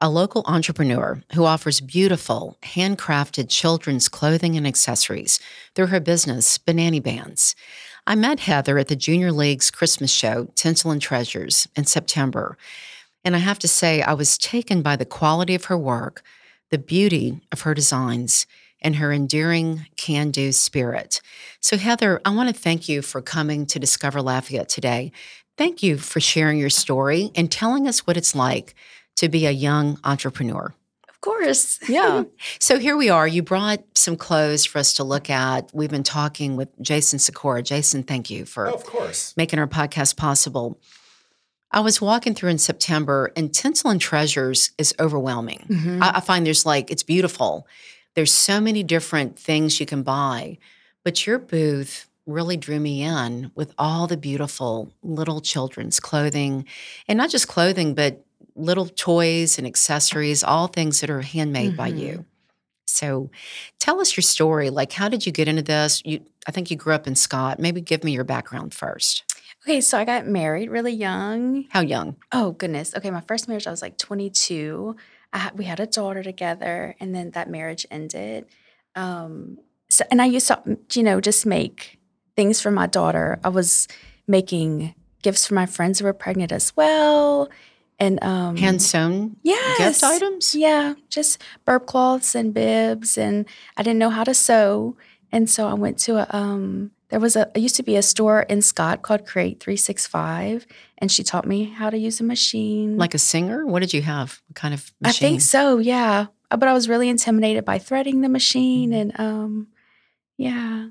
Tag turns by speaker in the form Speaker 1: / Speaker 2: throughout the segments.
Speaker 1: a local entrepreneur who offers beautiful, handcrafted children's clothing and accessories through her business, Banani Bands. I met Heather at the Junior League's Christmas show, Tinsel and Treasures, in September. And I have to say, I was taken by the quality of her work, the beauty of her designs, and her endearing can do spirit. So, Heather, I want to thank you for coming to Discover Lafayette today. Thank you for sharing your story and telling us what it's like to be a young entrepreneur.
Speaker 2: Of course.
Speaker 1: Yeah. so here we are. You brought some clothes for us to look at. We've been talking with Jason Sikora. Jason, thank you for
Speaker 3: of course.
Speaker 1: making our podcast possible. I was walking through in September, and Tinsel and Treasures is overwhelming.
Speaker 2: Mhm.
Speaker 1: I, I find there's like it's beautiful. There's so many different things you can buy, but your booth really drew me in with all the beautiful little children's clothing, and not just clothing, but little toys and accessories, all things that are handmade by
Speaker 2: Mhm.
Speaker 1: you. So, tell us your story. Like, how did you get into this? You, I think you grew up in Scott. Maybe give me your background first.
Speaker 2: Okay, so I got married really young.
Speaker 1: How young?
Speaker 2: Oh goodness. Okay, my first marriage I was like 22. I ha- we had a daughter together, and then that marriage ended. Um, so, and I used to, you know, just make things for my daughter. I was making gifts for my friends who were pregnant as well, and um,
Speaker 1: Hand sewn
Speaker 2: yes,
Speaker 1: gift items?
Speaker 2: Yeah, just burp cloths and bibs, and I didn't know how to sew, and so I went to a. Um, there was a it used to be a store in Scott called Create Three Six Five, and she taught me how to use a machine.
Speaker 1: Like a singer? What did you have? What kind of
Speaker 2: I
Speaker 1: machine?
Speaker 2: think so, yeah. Uh, But I was really intimidated by threading the machine,
Speaker 1: Mhm.
Speaker 2: and um, yeah,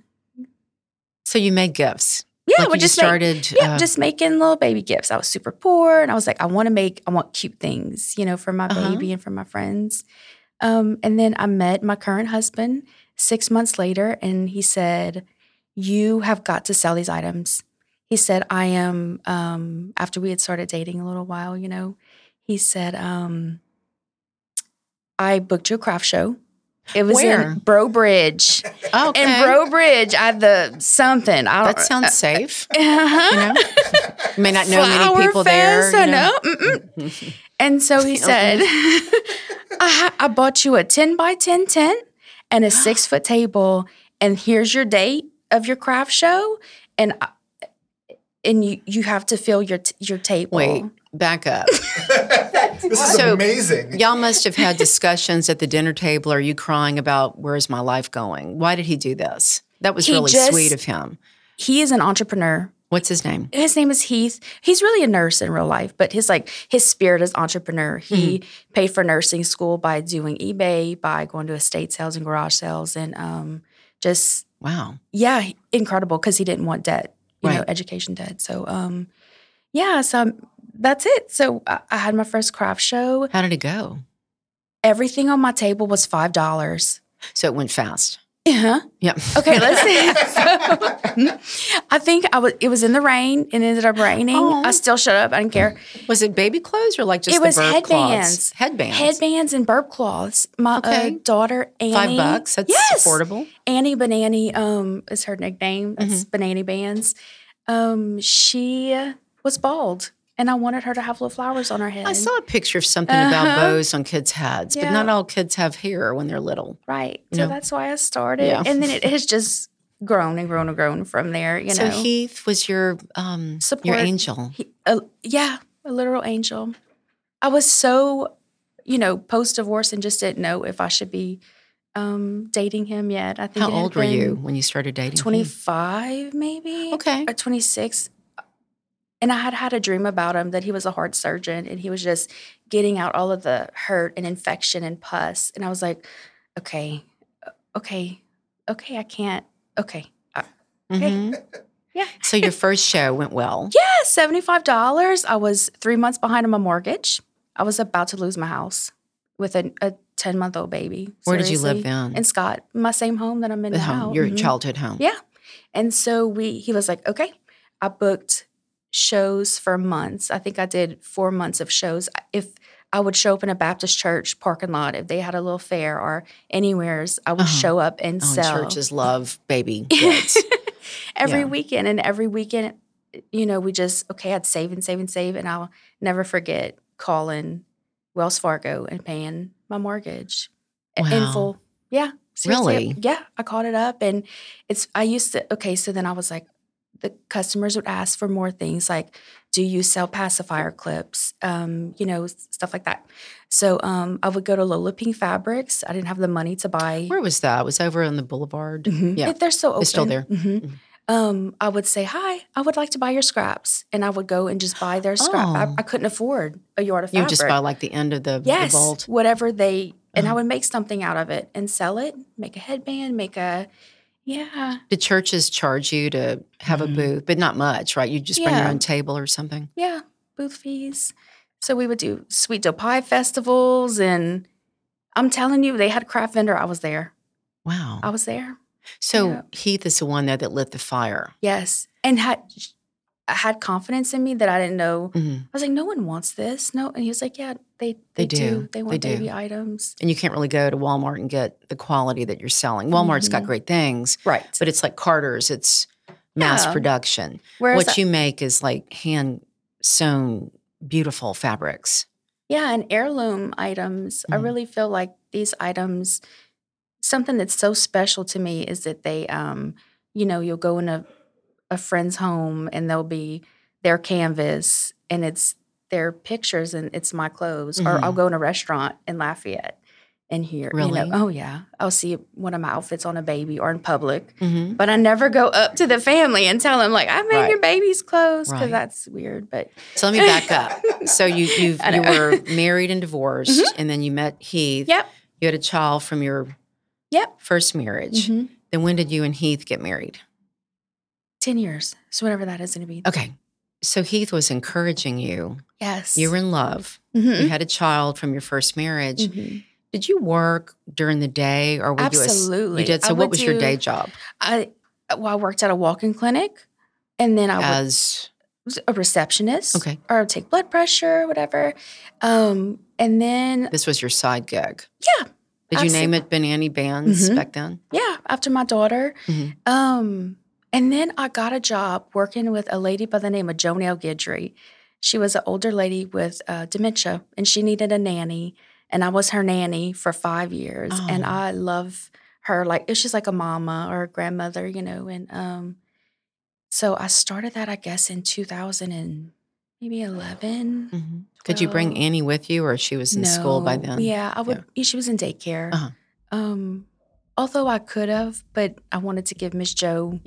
Speaker 1: So you made gifts.
Speaker 2: yeah.
Speaker 1: like
Speaker 2: we
Speaker 1: you just
Speaker 2: make-
Speaker 1: started.
Speaker 2: yeah,
Speaker 1: uh,
Speaker 2: just making little baby gifts. I was super poor and I was like, I want to make, I want cute things, you know, for my
Speaker 1: Uh-huh.
Speaker 2: baby and for my friends. Um, and then I met my current husband six months later and he said, You have got to sell these items. He said, I am, um, after we had started dating a little while, you know, he said, um, I booked you a craft show. It was
Speaker 1: Where?
Speaker 2: in Bro Bridge.
Speaker 1: oh, okay.
Speaker 2: And uh, Bro Bridge, I the something. I don't
Speaker 1: that sounds safe.
Speaker 2: uh-huh.
Speaker 1: You know, you may not know many
Speaker 2: Flower
Speaker 1: people
Speaker 2: fest,
Speaker 1: there.
Speaker 2: I
Speaker 1: you
Speaker 2: know. Mm-mm. And so he said, I, ha- I bought you a 10 by 10 tent and a six foot table. And here's your date of your craft show. And I- and you, you have to fill your t- your table.
Speaker 1: Wait, back up.
Speaker 3: this is
Speaker 1: So-
Speaker 3: amazing.
Speaker 1: Y'all must have had discussions at the dinner table. Are you crying about where's my life going? Why did he do this? That was
Speaker 2: He
Speaker 1: really
Speaker 2: just-
Speaker 1: sweet of him.
Speaker 2: He is an entrepreneur.
Speaker 1: What's his name?
Speaker 2: his name is Heath. He's really a nurse in real life, but his like his spirit is entrepreneur. He
Speaker 1: Hmm.
Speaker 2: paid for nursing school by doing eBay, by going to estate sales and garage sales, and um, just
Speaker 1: Wow.
Speaker 2: yeah, he- incredible because he didn't want debt, you know,
Speaker 1: Right.
Speaker 2: education debt. So um, yeah, so um, that's it. So I, I had my first craft show.
Speaker 1: How did it go?
Speaker 2: Everything on my table was five dollars.
Speaker 1: So it went fast.
Speaker 2: Yeah.
Speaker 1: Yeah.
Speaker 2: Okay, let's see. So, I think I was. It was in the rain. It ended up raining.
Speaker 1: Aw.
Speaker 2: I still shut up. I didn't care.
Speaker 1: Was it baby clothes or like just
Speaker 2: It
Speaker 1: the
Speaker 2: was
Speaker 1: burp
Speaker 2: headbands.
Speaker 1: cloths? Headbands.
Speaker 2: headbands and burp cloths. My
Speaker 1: Okay.
Speaker 2: uh, daughter Annie,
Speaker 1: Five bucks. That's
Speaker 2: Yes.
Speaker 1: affordable.
Speaker 2: Annie Banani um, is her nickname. That's
Speaker 1: Mm-hmm.
Speaker 2: Banani Bands. Um, she was bald, and I wanted her to have little flowers on her head.
Speaker 1: I saw a picture of something about
Speaker 2: Uh-huh.
Speaker 1: bows on kids' heads, but
Speaker 2: Yeah.
Speaker 1: not all kids have hair when they're little.
Speaker 2: right,
Speaker 1: Yeah.
Speaker 2: so that's why I started,
Speaker 1: Yeah.
Speaker 2: and then it has just grown and grown and grown from there. You
Speaker 1: so
Speaker 2: know,
Speaker 1: Heath was your um your
Speaker 2: Support.
Speaker 1: angel.
Speaker 2: He- a, yeah, a literal angel. I was so, you know, post divorce and just didn't know if I should be um, dating him yet. I think
Speaker 1: How
Speaker 2: it had
Speaker 1: old were you
Speaker 2: been-
Speaker 1: Mm-hmm. when you started dating? Heath?
Speaker 2: 25 maybe
Speaker 1: Okay.
Speaker 2: or 26 And I had had a dream about him that he was a heart surgeon and he was just getting out all of the hurt and infection and pus. And I was like, okay, okay, okay, I can't. Okay. Okay.
Speaker 1: Mhm.
Speaker 2: Yeah.
Speaker 1: So your first show went well.
Speaker 2: Yeah, $75. I was three months behind on my mortgage. I was about to lose my house with a, a 10 month old baby.
Speaker 1: Where did you live
Speaker 2: Seriously.
Speaker 1: in?
Speaker 2: In Scott, my same home that I'm in
Speaker 1: The
Speaker 2: now.
Speaker 1: home, your
Speaker 2: Mhm.
Speaker 1: childhood home.
Speaker 2: Yeah. And so we he was like, "Okay, I booked shows for months. I think I did 4 months of shows. If I would show up in a Baptist church parking lot if they had a little fair or anywheres, I would
Speaker 1: Uh-huh.
Speaker 2: show up and
Speaker 1: Oh, and
Speaker 2: sell
Speaker 1: churches love baby kids.
Speaker 2: every
Speaker 1: Yeah.
Speaker 2: weekend and every weekend you know we just okay i'd save and save and save and i'll never forget calling wells fargo and paying my mortgage a- in
Speaker 1: Wow.
Speaker 2: full yeah seriously,
Speaker 1: Really?
Speaker 2: yeah i called it up and it's i used to okay so then i was like the customers would ask for more things like do you sell pacifier clips um, you know s- stuff like that so um, i would go to lola pink fabrics i didn't have the money to buy
Speaker 1: Where was that? It was over on the boulevard.
Speaker 2: Mhm.
Speaker 1: Yeah.
Speaker 2: If they're so open.
Speaker 1: It's still there.
Speaker 2: Mhm.
Speaker 1: Mhm.
Speaker 2: Um, I would say, Hi, I would like to buy your scraps. And I would go and just buy their scrap. I,
Speaker 1: Oh.
Speaker 2: I couldn't afford a yard of
Speaker 1: You
Speaker 2: fabric.
Speaker 1: would just buy like the end of the, the
Speaker 2: yes,
Speaker 1: vault.
Speaker 2: whatever they, and I
Speaker 1: Uh-huh.
Speaker 2: would make something out of it and sell it, make a headband, make a, yeah,
Speaker 1: Did churches charge you to have
Speaker 4: Mhm.
Speaker 1: a booth, but not much, right? You just bring your
Speaker 2: Mm-hmm. Yeah.
Speaker 1: own table or something.
Speaker 2: yeah, booth fees. So we would do sweet dough pie festivals. And I'm telling you, they had craft vendor. I was there.
Speaker 1: Wow.
Speaker 2: I was there.
Speaker 1: so
Speaker 2: Oh, yeah.
Speaker 1: Heath is the one though that lit the fire.
Speaker 2: Yes. And had, I had confidence in me that I didn't know
Speaker 1: Mhm.
Speaker 2: I was like, no one wants this. No. And he was like, yeah, they,
Speaker 1: They
Speaker 2: they,
Speaker 1: do.
Speaker 2: do. They want
Speaker 1: do.
Speaker 2: baby items.
Speaker 1: And you can't really go to Walmart and get the quality that you're selling. Walmart's got
Speaker 2: Mhm.
Speaker 1: great things,
Speaker 2: Right.
Speaker 1: but it's like Carter's. It's mass
Speaker 2: Yeah.
Speaker 1: production.
Speaker 2: Whereas, uh,
Speaker 1: what you make is like hand sewn beautiful fabrics.
Speaker 2: yeah, and heirloom items, I
Speaker 1: Mhm.
Speaker 2: really feel like these items, something that's so special to me is that they, um, you know, you'll go in a, a friend's home and there'll be their canvas and it's their pictures and it's my clothes. Or I'll
Speaker 1: Mhm.
Speaker 2: go in a restaurant in Lafayette and hear, you
Speaker 1: Really?
Speaker 2: know, oh yeah, I'll see one of my outfits on a baby or in public.
Speaker 1: Mm-hmm.
Speaker 2: but I never go up to the family and tell them like I'm making
Speaker 1: Right.
Speaker 2: baby's clothes because
Speaker 1: Right.
Speaker 2: that's weird. But
Speaker 1: So let me back up. So you you
Speaker 2: I
Speaker 1: you
Speaker 2: know. Mm-hmm.
Speaker 1: were married and divorced, and then you met Heath.
Speaker 2: Yep.
Speaker 1: You had a child from your
Speaker 2: Yep.
Speaker 1: first marriage.
Speaker 2: Mhm.
Speaker 1: Then when did you and Heath get married?
Speaker 2: ten years, so whatever that is going to be.
Speaker 1: Okay. So Heath was encouraging you.
Speaker 2: Yes.
Speaker 1: You were in love.
Speaker 2: Mhm.
Speaker 1: You had a child from your first marriage.
Speaker 2: Mhm.
Speaker 1: Did you work during the day or were you a,
Speaker 2: Absolutely.
Speaker 1: you did?
Speaker 2: I
Speaker 1: So what
Speaker 2: would
Speaker 1: was your
Speaker 2: do-
Speaker 1: day job?
Speaker 2: I well, I worked at a walk-in clinic, and then I was
Speaker 1: As
Speaker 2: a receptionist.
Speaker 1: Uh, okay,
Speaker 2: Or I'd take blood pressure, whatever. Um, and then
Speaker 1: this was your side gig.
Speaker 2: Yeah,
Speaker 1: Did you name it Banani Bands
Speaker 2: Mhm.
Speaker 1: back then?
Speaker 2: yeah, after my daughter,
Speaker 1: Mhm.
Speaker 2: um, and then I got a job working with a lady by the name of Joan L. Guidry. She was an older lady with uh, dementia, and she needed a nanny, and I was her nanny for five years, and
Speaker 1: Oh.
Speaker 2: I love her like it's just like a mama or a grandmother, you know, and um, so I started that I guess in two thousand and maybe 11
Speaker 1: hmm Could you bring
Speaker 2: Well,
Speaker 1: Annie with you, or she was in school by
Speaker 2: no.
Speaker 1: then?
Speaker 2: Yeah, I would. She was in daycare.
Speaker 1: Uh-huh.
Speaker 2: Um, although I could have, but I wanted to give Miss Joe,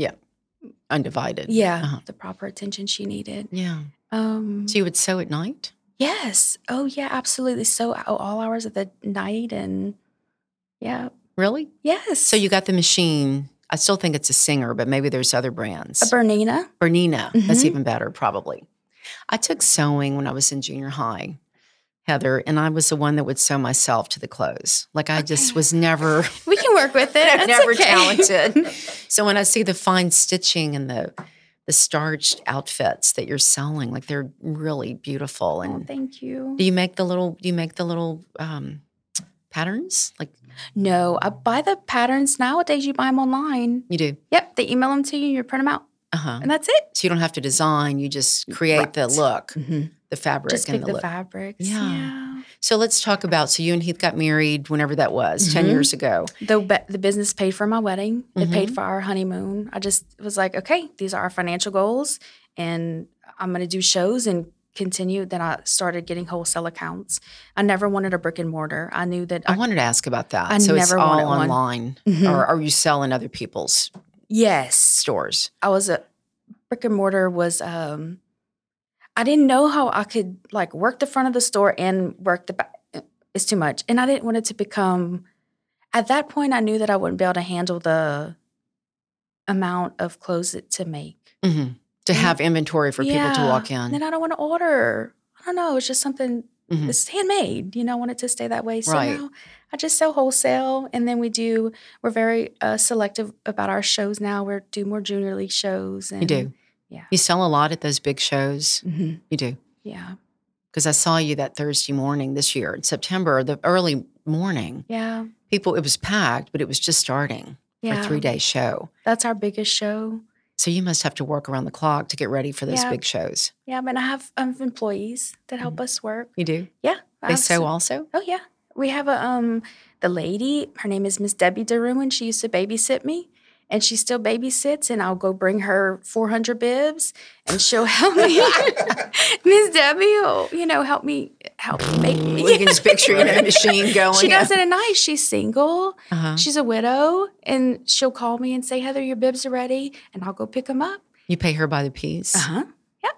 Speaker 1: undivided.
Speaker 2: yeah,
Speaker 1: Uh-huh.
Speaker 2: the proper attention she needed.
Speaker 1: Yeah.
Speaker 2: Um,
Speaker 1: So you would sew at night?
Speaker 2: yes. Oh, yeah, absolutely. So uh, all hours of the night and yeah,
Speaker 1: Really?
Speaker 2: yes.
Speaker 1: So you got the machine. I still think it's a singer, but maybe there's other brands.
Speaker 2: a Bernina?
Speaker 1: Bernina. That's
Speaker 2: Mhm.
Speaker 1: even better, probably. I took sewing when I was in junior high, Heather, and I was the one that would sew myself to the clothes. Like I just
Speaker 2: Okay.
Speaker 1: was never
Speaker 2: We can work with it. That's
Speaker 1: never
Speaker 2: okay.
Speaker 1: talented. So when I see the fine stitching and the the starched outfits that you're selling, like they're really beautiful.
Speaker 2: Oh,
Speaker 1: And
Speaker 2: thank you.
Speaker 1: do you make the little do you make the little um, patterns? Like
Speaker 2: No, I buy the patterns nowadays. You buy them online.
Speaker 1: you do.
Speaker 2: Yep, they email them to you. You print them out,
Speaker 1: Uh-huh.
Speaker 2: and that's it.
Speaker 1: So you don't have to design, you just create the
Speaker 2: Right.
Speaker 1: look,
Speaker 2: Mhm.
Speaker 1: the fabric
Speaker 2: Just
Speaker 1: and
Speaker 2: pick
Speaker 1: the,
Speaker 2: the,
Speaker 1: Mm-hmm. look.
Speaker 2: fabrics.
Speaker 1: Yeah.
Speaker 2: yeah.
Speaker 1: So let's talk about so you and Heath got married whenever that was, 10
Speaker 2: Mhm.
Speaker 1: years ago.
Speaker 2: the be- the business paid for my wedding. It
Speaker 1: Mhm.
Speaker 2: paid for our honeymoon. I just was like, okay, these are our financial goals, and I'm gonna do shows and continue. Then I started getting wholesale accounts. I never wanted a brick and mortar. I knew that. I,
Speaker 1: I wanted to ask about that.
Speaker 2: I
Speaker 1: so it's
Speaker 2: never
Speaker 1: all
Speaker 2: wanted one.
Speaker 1: online.
Speaker 2: Mhm.
Speaker 1: Or are you selling other people's
Speaker 2: yes,
Speaker 1: stores?
Speaker 2: I was a brick and mortar was um, I didn't know how I could like work the front of the store and work the back. eh, It's too much. And I didn't want it to become, at that point, I knew that I wouldn't be able to handle the amount of clothes it to make.
Speaker 1: hmm To
Speaker 2: Yeah.
Speaker 1: have inventory for people to walk in.
Speaker 2: And then I don't want to order. I don't know. It's just something
Speaker 1: Mhm.
Speaker 2: it's handmade. You know, I want it to stay that way. So
Speaker 1: Right.
Speaker 2: now I just sell wholesale, and then we do. We're very uh, selective about our shows now. We do more junior league shows. And
Speaker 1: You do. Mm-hmm.
Speaker 2: yeah.
Speaker 1: You sell a lot at those big shows.
Speaker 2: Mhm.
Speaker 1: You do.
Speaker 2: Yeah,
Speaker 1: Because I saw you that Thursday morning this year in September, the early morning.
Speaker 2: yeah,
Speaker 1: People, it was packed, but it was just starting
Speaker 2: yeah.
Speaker 1: for a three day show.
Speaker 2: That's our biggest show.
Speaker 1: So you must have to work around the clock to get ready for those
Speaker 2: Yeah.
Speaker 1: big shows.
Speaker 2: Yeah, but I have um, employees that help us work.
Speaker 1: You do?
Speaker 2: Yeah, I
Speaker 1: Mm-hmm. They
Speaker 2: have
Speaker 1: sew
Speaker 2: some-
Speaker 1: also?
Speaker 2: Oh yeah, we have a um the lady. Her name is Miss Debbie Deruin. She used to babysit me, and she still babysits. And I'll go bring her four hundred bibs, and she'll help me. Miss Debbie, will, you know, help me help me make
Speaker 1: Well, you
Speaker 2: me.
Speaker 1: can just picture you know, a machine going.
Speaker 2: She does it at night. She's single.
Speaker 1: Uh-huh.
Speaker 2: She's a widow, and she'll call me and say, "Heather, your bibs are ready," and I'll go pick them up.
Speaker 1: You pay her by the piece.
Speaker 2: huh.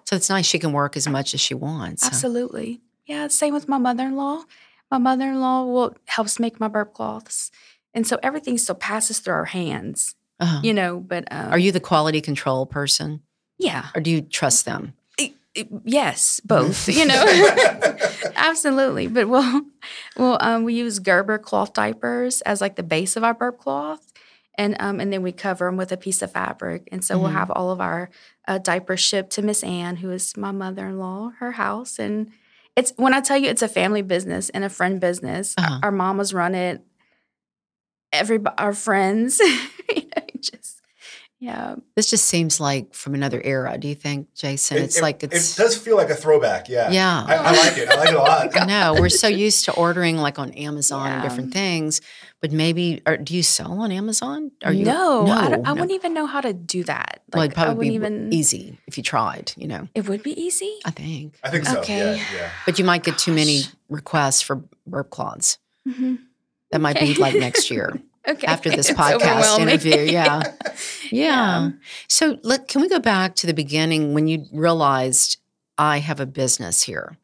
Speaker 1: So it's nice. She can work as much as she wants. huh?
Speaker 2: Absolutely. Yeah, same with my mother-in-law. My mother-in-law will helps make my burp cloths. And so everything still passes through our hands,
Speaker 1: Uh-huh.
Speaker 2: you know, but um,
Speaker 1: Are you the quality control person
Speaker 2: yeah.
Speaker 1: or do you trust them?
Speaker 2: I- I- yes,
Speaker 1: Mm-hmm.
Speaker 2: both, you know. Absolutely. But we'll well um, we use Gerber cloth diapers as like the base of our burp cloth. And, um, and then we cover them with a piece of fabric. And so we'll
Speaker 1: Mhm.
Speaker 2: have all of our uh, diapers shipped to Miss Ann, who is my mother in law, her house. And it's when I tell you it's a family business and a friend business, uh,
Speaker 1: Uh-huh.
Speaker 2: our mamas run it. Every our friends, you know, just yeah,
Speaker 1: This just seems like from another era, do you think, Jason?
Speaker 3: It-
Speaker 1: it's
Speaker 3: it-
Speaker 1: like it's.
Speaker 3: It does feel like a throwback. Yeah.
Speaker 1: Yeah.
Speaker 3: I, I like it. I like it a lot.
Speaker 1: I know we're so used to ordering like on Amazon and
Speaker 2: Yeah.
Speaker 1: different things, but maybe or do you sell on Amazon? Are you
Speaker 2: no, I,
Speaker 1: no,
Speaker 2: don't,
Speaker 1: no.
Speaker 2: I wouldn't even know how to do that.
Speaker 1: Well, it'd
Speaker 2: Like I
Speaker 1: probably
Speaker 2: wouldn't
Speaker 1: be
Speaker 2: even.
Speaker 1: easy if you tried. You know,
Speaker 2: It would be easy.
Speaker 1: I think,
Speaker 3: I think so.
Speaker 2: Okay.
Speaker 3: Yeah. Yeah.
Speaker 1: but you might get too many
Speaker 2: Uh, Gosh.
Speaker 1: requests for burp cloths.
Speaker 2: hmm
Speaker 1: That might be
Speaker 2: Okay.
Speaker 1: like next year
Speaker 2: Okay.
Speaker 1: after this
Speaker 2: It's
Speaker 1: podcast
Speaker 2: overwhelming.
Speaker 1: interview. Yeah. yeah,
Speaker 2: Yeah.
Speaker 1: So let can we go back to the beginning when you realized I have a business here?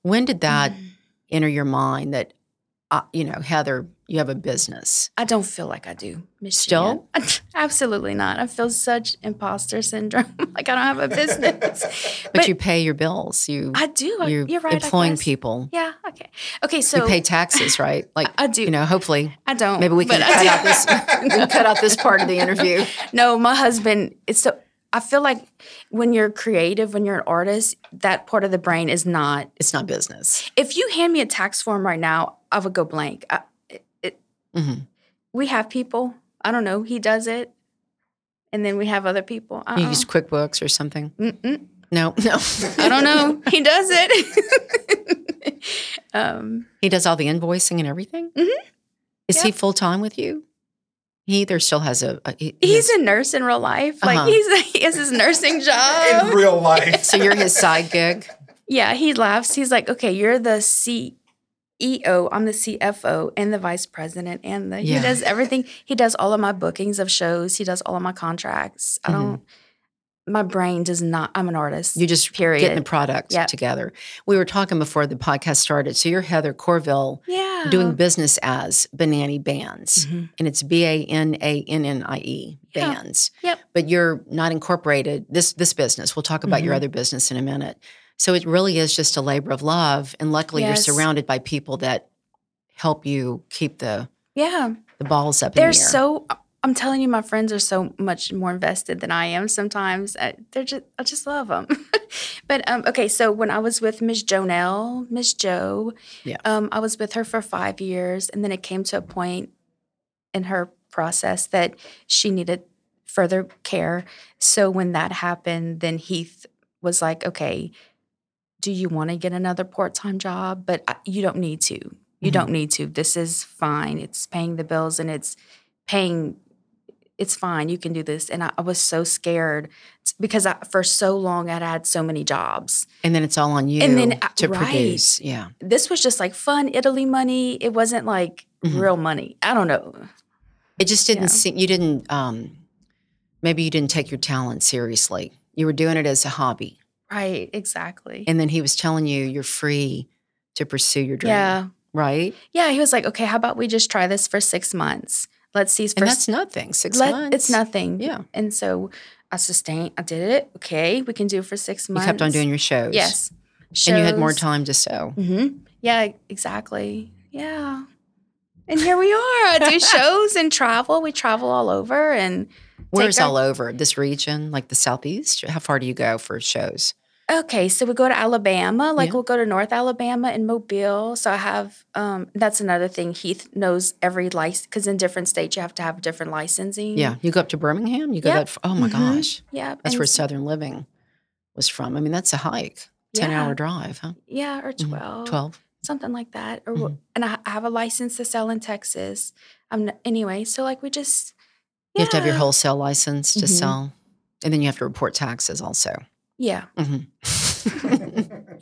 Speaker 1: When did that
Speaker 2: Mm.
Speaker 1: enter your mind that, uh, you know, Heather, you have a business?
Speaker 2: I don't feel like I do. Miss
Speaker 1: Still?
Speaker 2: Jan. Absolutely not. I feel such imposter syndrome. like I don't have a business.
Speaker 1: But, you pay your bills. You
Speaker 2: I do. I,
Speaker 1: you're
Speaker 2: you're right. I
Speaker 1: employing
Speaker 2: guess.
Speaker 1: people.
Speaker 2: Yeah. Okay. Okay. So
Speaker 1: you pay taxes, right? Like
Speaker 2: I do.
Speaker 1: you know, hopefully
Speaker 2: I don't.
Speaker 1: maybe we can
Speaker 2: but I
Speaker 1: cut out
Speaker 2: do.
Speaker 1: this we can cut out this part of the interview.
Speaker 2: No, my husband. It's so. I feel like when you're creative, when you're an artist, that part of the brain is not
Speaker 1: It's not business.
Speaker 2: if you hand me a tax form right now, I would go blank. I, it, it,
Speaker 1: hmm
Speaker 2: we have people. I don't know. He does it, and then we have other people.
Speaker 1: You
Speaker 2: Uh-uh.
Speaker 1: use QuickBooks or something?
Speaker 2: Mm-mm.
Speaker 1: No, no.
Speaker 2: I don't know. he does it. um,
Speaker 1: he does all the invoicing and everything.
Speaker 2: Mhm.
Speaker 1: Is he
Speaker 2: Yep.
Speaker 1: full time with you? He either still has a. a he-
Speaker 2: he's
Speaker 1: his-
Speaker 2: a nurse in real life. Like
Speaker 1: Uh-huh.
Speaker 2: he's he has his nursing
Speaker 3: In
Speaker 2: job.
Speaker 3: real life.
Speaker 1: so you're his side gig.
Speaker 2: Yeah, he laughs. He's like, okay, you're the CEO. I'm the CFO and the vice president, and the
Speaker 1: Yeah.
Speaker 2: he does everything. He does all of my bookings of shows. He does all of my contracts. I
Speaker 1: Mhm.
Speaker 2: don't. My brain does not. I'm an artist.
Speaker 1: You just
Speaker 2: period.
Speaker 1: getting the product
Speaker 2: Yep.
Speaker 1: together. We were talking before the podcast started. So you're Heather Corville
Speaker 2: yeah,
Speaker 1: doing Mm-hmm. business as Banani Bands,
Speaker 2: Mhm.
Speaker 1: and it's B A N A N N I E
Speaker 2: Yeah.
Speaker 1: Bands.
Speaker 2: Yep.
Speaker 1: But you're not incorporated this this business. We'll talk about your
Speaker 2: Mhm.
Speaker 1: other business in a minute. So it really is just a labor of love, and luckily
Speaker 2: Yes.
Speaker 1: you're surrounded by people that help you keep the
Speaker 2: yeah.
Speaker 1: the balls up. in
Speaker 2: They're
Speaker 1: the air.
Speaker 2: so. I'm telling you, my friends are so much more invested than I am. Sometimes I, they're just, I just love them. but um, okay, so when I was with Miss Jonelle, Miss Joe,
Speaker 1: Yeah.
Speaker 2: um, I was with her for five years, and then it came to a point in her process that she needed further care. So when that happened, then Heath was like, "Okay, do you want to get another part-time job? But I, you don't need to. You
Speaker 1: Mhm.
Speaker 2: don't need to. This is fine. It's paying the bills, and it's paying it's fine you can do this and i, I was so scared t- because I, for so long i'd had so many jobs
Speaker 1: and then it's all on you
Speaker 2: And then, uh,
Speaker 1: to
Speaker 2: right.
Speaker 1: produce. Yeah.
Speaker 2: this was just like fun italy money it wasn't like
Speaker 1: Mhm.
Speaker 2: real money i don't know
Speaker 1: It just didn't
Speaker 2: Yeah.
Speaker 1: seem you didn't um maybe you didn't take your talent seriously. You were doing it as a hobby.
Speaker 2: Right, exactly.
Speaker 1: And then he was telling you you're free to pursue your dream.
Speaker 2: yeah.
Speaker 1: Right?
Speaker 2: Yeah, he was like, "Okay, how about we just try this for 6 months? Let's see
Speaker 1: And
Speaker 2: for
Speaker 1: that's nothing. Six
Speaker 2: let-
Speaker 1: months.
Speaker 2: It's nothing.
Speaker 1: Yeah.
Speaker 2: And so I sustained. I did it. Okay, we can do it for six
Speaker 1: You
Speaker 2: months.
Speaker 1: kept on doing your shows.
Speaker 2: Yes.
Speaker 1: And you had more
Speaker 2: Shows.
Speaker 1: time to sew.
Speaker 2: Mhm. Yeah, exactly. Yeah. And here we are. I do shows and travel. We travel all over and
Speaker 1: Where's
Speaker 2: our-
Speaker 1: all over? This region, like the southeast? How far do you go for shows?
Speaker 2: okay, so we go to Alabama, like
Speaker 1: Yeah.
Speaker 2: we'll go to North Alabama and Mobile. So I have um that's another thing. Heath knows every license because in different states you have to have different licensing.
Speaker 1: Yeah. You go up to Birmingham? You go
Speaker 2: Yep.
Speaker 1: that f Oh my
Speaker 2: Mhm.
Speaker 1: gosh.
Speaker 2: Yeah.
Speaker 1: That's
Speaker 2: and
Speaker 1: where
Speaker 2: s-
Speaker 1: Southern Living was from. I mean, that's a hike. 10
Speaker 2: Yeah. Oh,
Speaker 1: hour drive, huh?
Speaker 2: Yeah, or
Speaker 1: Mhm.
Speaker 2: 12.
Speaker 1: 12.
Speaker 2: something like that. Or wh-
Speaker 1: Mhm.
Speaker 2: and I, I have a license to sell in Texas. Um, anyway, so like we just
Speaker 1: You have to have your
Speaker 2: yeah.
Speaker 1: wholesale license to
Speaker 2: Mhm.
Speaker 1: sell. And then you have to report taxes also.
Speaker 2: yeah
Speaker 1: Mhm.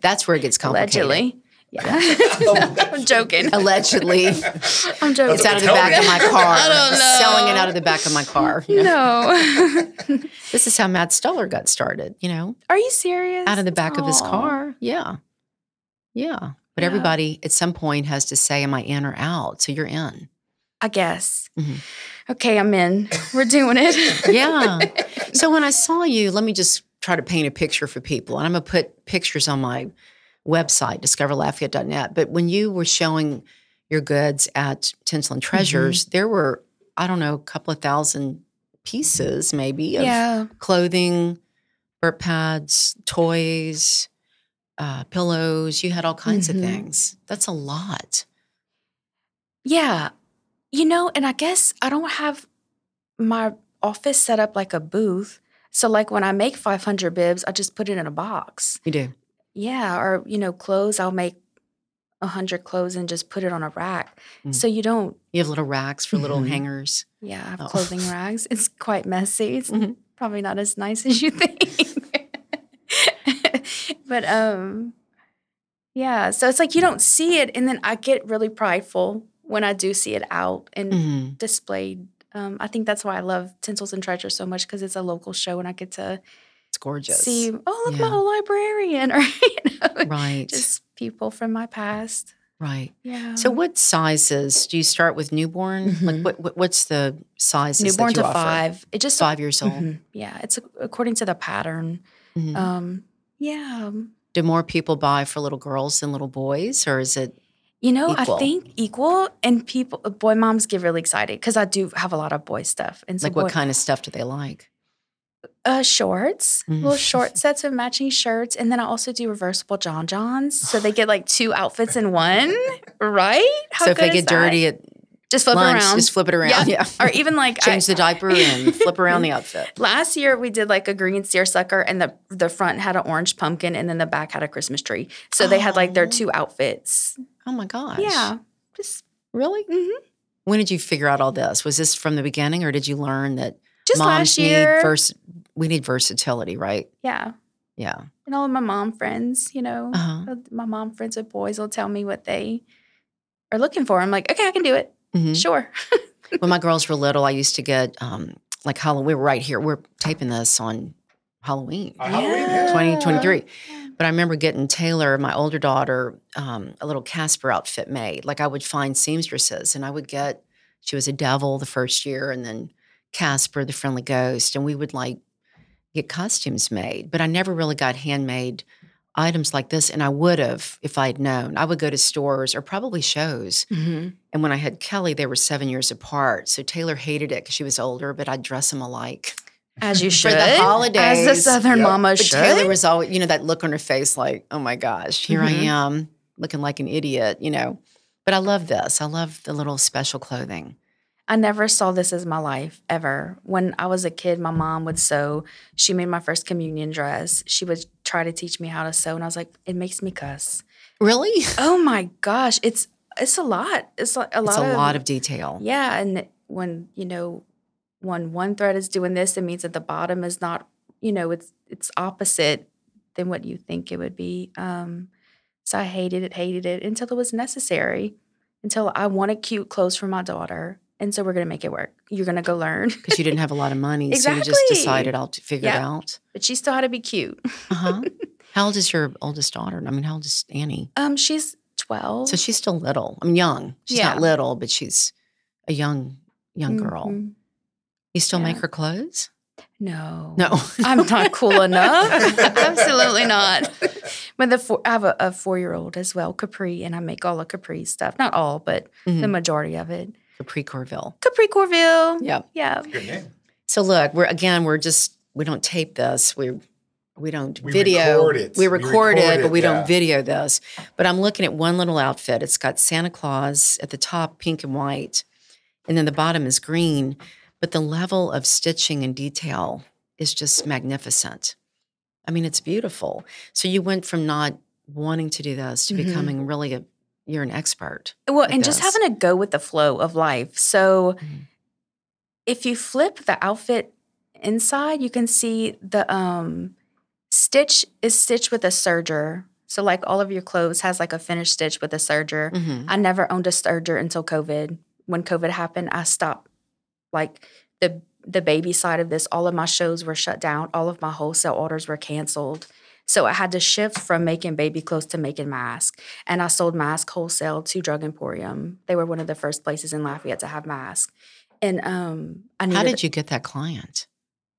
Speaker 1: That's where it gets complicated.
Speaker 2: allegedly. Yeah, I'm joking.
Speaker 1: Allegedly.
Speaker 2: I'm joking.
Speaker 1: it's out of the
Speaker 3: Tell
Speaker 1: back
Speaker 3: me.
Speaker 1: of my car.
Speaker 2: I don't know.
Speaker 1: Selling it out of the back of my car. you know?
Speaker 2: no,
Speaker 1: This is how Matt Stoller got started, you know,
Speaker 2: are you serious?
Speaker 1: out of the back of his
Speaker 2: Aw.
Speaker 1: car. Yeah. Yeah. But
Speaker 2: Yeah.
Speaker 1: everybody at some point has to say, Am I in or out? So you're in.
Speaker 2: I guess.
Speaker 1: Mhm.
Speaker 2: Okay, I'm in. We're doing it.
Speaker 1: Yeah. so when I saw you, let me just try to paint a picture for people. And I'm going to put pictures on my website, discoverlafayette.net. But when you were showing your goods at Tinsel and Treasures,
Speaker 2: Mm-hmm.
Speaker 1: there were, I don't know, a couple of thousand pieces maybe of
Speaker 2: yeah,
Speaker 1: clothing, burp pads, toys, uh, pillows. You had all kinds
Speaker 2: Mhm.
Speaker 1: of things. That's a lot.
Speaker 2: yeah. You know, and I guess I don't have my office set up like a booth. So like when I make 500 bibs, I just put it in a box.
Speaker 1: You do.
Speaker 2: Yeah, or you know, clothes. I'll make a hundred clothes and just put it on a rack.
Speaker 1: Mm.
Speaker 2: So you don't.
Speaker 1: You have little racks for little
Speaker 2: Mm-hmm.
Speaker 3: Mhm.
Speaker 1: hangers.
Speaker 2: Yeah, I have
Speaker 1: Oh.
Speaker 2: clothing rags. It's quite messy. It's
Speaker 1: Mhm.
Speaker 2: probably not as nice as you think. but um, yeah. So it's like you don't see it, and then I get really prideful when I do see it out and
Speaker 1: hmm
Speaker 2: displayed. Um, I think that's why I love Tinsels and Treasure so much because it's a local show and I get to
Speaker 1: It's gorgeous.
Speaker 2: see, oh look, my
Speaker 1: Yeah.
Speaker 2: old librarian, or you know,
Speaker 1: Right.
Speaker 2: just people from my past.
Speaker 1: Right.
Speaker 2: Yeah.
Speaker 1: So, what sizes do you start with newborn? Like,
Speaker 2: Mhm.
Speaker 1: what, what what's the sizes? that
Speaker 2: newborn
Speaker 1: you
Speaker 2: to
Speaker 1: offer?
Speaker 2: five, it just
Speaker 1: five years old.
Speaker 2: Mhm. Yeah, it's ac- according to the pattern.
Speaker 1: Mhm.
Speaker 2: Um, yeah,
Speaker 1: do more people buy for little girls than little boys, or is it?
Speaker 2: you know,
Speaker 1: Equal.
Speaker 2: I think equal and people boy moms get really excited because I do have a lot of boy stuff and so
Speaker 1: Like, what
Speaker 2: boy-
Speaker 1: kind of stuff do they like?
Speaker 2: uh, shorts,
Speaker 1: Mm.
Speaker 2: little short sets with matching shirts, and then I also do reversible John Johns, so they get like two outfits in one, right? How
Speaker 1: so, if
Speaker 2: good
Speaker 1: they
Speaker 2: is
Speaker 1: get
Speaker 2: that?
Speaker 1: dirty at
Speaker 2: just flip
Speaker 1: lunch,
Speaker 2: around,
Speaker 1: just flip it around. Yeah.
Speaker 2: or even like I-
Speaker 1: Change the diaper and flip around the outfit.
Speaker 2: Last year we did like a green seersucker and the the front had an orange pumpkin and then the back had a Christmas tree. So they had like their
Speaker 1: Aw.
Speaker 2: two outfits.
Speaker 1: Oh my gosh.
Speaker 2: Yeah. Just
Speaker 1: Really?
Speaker 2: Mhm.
Speaker 1: When did you figure out all this? Was this from the beginning or did you learn that
Speaker 2: just
Speaker 1: moms
Speaker 2: last year.
Speaker 1: need vers- we need versatility, right?
Speaker 2: yeah.
Speaker 1: Yeah.
Speaker 2: And all of my mom friends, you know, uh,
Speaker 1: Uh-huh.
Speaker 2: my mom friends with boys will tell me what they are looking for. I'm like, okay, I can do it.
Speaker 1: Mhm.
Speaker 2: Sure.
Speaker 1: when my girls were little, I used to get um, like Halloween. We were right here. We're taping this on Halloween.
Speaker 2: Uh-huh.
Speaker 3: On Halloween, yeah.
Speaker 1: 2023.
Speaker 2: Yeah.
Speaker 1: But I remember getting Taylor, my older daughter, um, a little Casper outfit made. Like I would find seamstresses and I would get, she was a devil the first year and then Casper, the friendly ghost. And we would like get costumes made. But I never really got handmade items like this. And I would have if I'd known. I would go to stores or probably shows
Speaker 2: Mm-hmm.
Speaker 1: and when I had Kelly, they were seven years apart. So Taylor hated it because she was older, but I'd dress them alike.
Speaker 2: As you
Speaker 1: For
Speaker 2: should.
Speaker 1: the
Speaker 2: As the
Speaker 1: holidays.
Speaker 2: Southern
Speaker 3: Yep.
Speaker 2: mama
Speaker 1: But
Speaker 2: should.
Speaker 1: Taylor was always, you know, that look on her face like, oh my gosh, here I
Speaker 2: Mhm.
Speaker 1: am looking like an idiot, you know. But I love this. I love the little special clothing.
Speaker 2: I never saw this as my life ever. When I was a kid, my mom would sew. She made my first communion dress. She would try to teach me how to sew, and I was like, it makes me cuss.
Speaker 1: Really?
Speaker 2: Oh my gosh, it's it's a lot. It's like a lot.
Speaker 1: it's a
Speaker 2: of,
Speaker 1: lot of detail.
Speaker 2: yeah. And when you know, when one thread is doing this, it means that the bottom is not. You know, it's it's opposite than what you think it would be. Um, so I hated it, hated it until it was necessary. Until I wanted cute clothes for my daughter, And so we're going to make it work. You're going to go learn.
Speaker 1: Because you didn't have a lot of money, so you just
Speaker 2: Exactly.
Speaker 1: decided I'll t- figure it
Speaker 2: Yeah.
Speaker 1: out.
Speaker 2: But she still had to be cute.
Speaker 1: Uh huh. how old is your oldest daughter? I mean, how old is Annie?
Speaker 2: Um, she's 12.
Speaker 1: So she's still little. I'm young. She's
Speaker 2: Yeah.
Speaker 1: not little, but she's a young young girl.
Speaker 2: Mhm.
Speaker 1: You still make
Speaker 2: Yeah.
Speaker 1: her clothes?
Speaker 2: No.
Speaker 1: No.
Speaker 2: I'm not cool enough. Absolutely not. But the four, I have a, a four year old as well, Capri, and I make all the Capri stuff. Not all, but the
Speaker 1: Mhm.
Speaker 2: majority of it.
Speaker 1: Capri Corville.
Speaker 2: Capri Corville.
Speaker 1: Yeah.
Speaker 2: Yeah.
Speaker 3: Good name.
Speaker 1: So look, we're again, we're just we don't tape this. We we don't
Speaker 3: We
Speaker 1: video.
Speaker 3: record it.
Speaker 1: We
Speaker 3: We
Speaker 1: record
Speaker 3: record
Speaker 1: it, but
Speaker 3: it,
Speaker 1: we don't
Speaker 3: yeah.
Speaker 1: video this. But I'm looking at one little outfit. It's got Santa Claus at the top, pink and white, and then the bottom is green. But the level of stitching and detail is just magnificent. I mean, it's beautiful. So you went from not wanting to do this to
Speaker 2: Mhm.
Speaker 1: becoming really a you're an expert.
Speaker 2: Well,
Speaker 1: It
Speaker 2: and just
Speaker 1: does.
Speaker 2: having to go with the flow of life. So
Speaker 1: Mhm.
Speaker 2: if you flip the outfit inside, you can see the um stitch is stitched with a serger. So like all of your clothes has like a finished stitch with a serger.
Speaker 1: Mhm.
Speaker 2: I never owned a serger until COVID. When COVID happened, I stopped like the the baby side of this. All of my shows were shut down. All of my wholesale orders were canceled. So I had to shift from making baby clothes to making masks. And I sold masks wholesale to Drug Emporium. They were one of the first places in Lafayette to have masks. And um, I needed
Speaker 1: How did you get that client?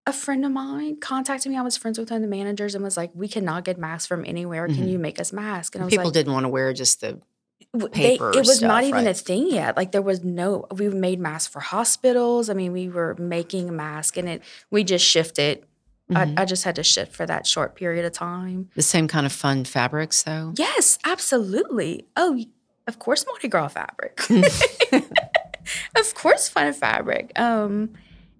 Speaker 2: a friend of mine contacted me. I was friends with one of the managers and was like, "We cannot get masks from anywhere. Can
Speaker 1: Mhm.
Speaker 2: you make us masks?" And I was
Speaker 1: People
Speaker 2: like,
Speaker 1: didn't want to wear just the
Speaker 2: w-
Speaker 1: paper
Speaker 2: They, it was
Speaker 1: stuff,
Speaker 2: not even a
Speaker 1: right?
Speaker 2: thing yet. Like there was no. We made masks for hospitals. I mean, we were making masks, and it. We just shifted.
Speaker 1: Mhm.
Speaker 2: I, I just had to shift for that short period of time.
Speaker 1: the same kind of fun fabrics though.
Speaker 2: Yes, absolutely. Oh, y- of course, Mardi Gras fabric. of course, fun fabric. Um,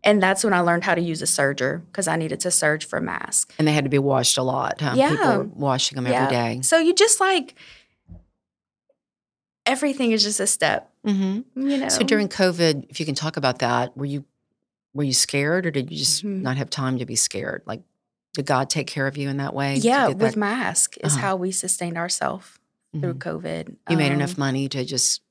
Speaker 2: and that's when I learned how to use a serger because I needed to serge for masks.
Speaker 1: And they had to be washed a lot. Huh? People
Speaker 2: Yeah.
Speaker 1: were washing them
Speaker 2: Yeah.
Speaker 1: every day.
Speaker 2: So you just like everything is just a step.
Speaker 1: Mm-hmm.
Speaker 2: You know.
Speaker 1: So during COVID, if you can talk about that, were you were you scared, or did you just
Speaker 2: Mhm.
Speaker 1: not have time to be scared? Like, did God take care of you in that way? to
Speaker 2: Yeah,
Speaker 1: get
Speaker 2: with
Speaker 1: that-
Speaker 2: mask is
Speaker 1: Uh-huh.
Speaker 2: how we sustained ourselves through
Speaker 1: Mhm.
Speaker 2: COVID.
Speaker 1: you made enough
Speaker 2: Um,
Speaker 1: money to just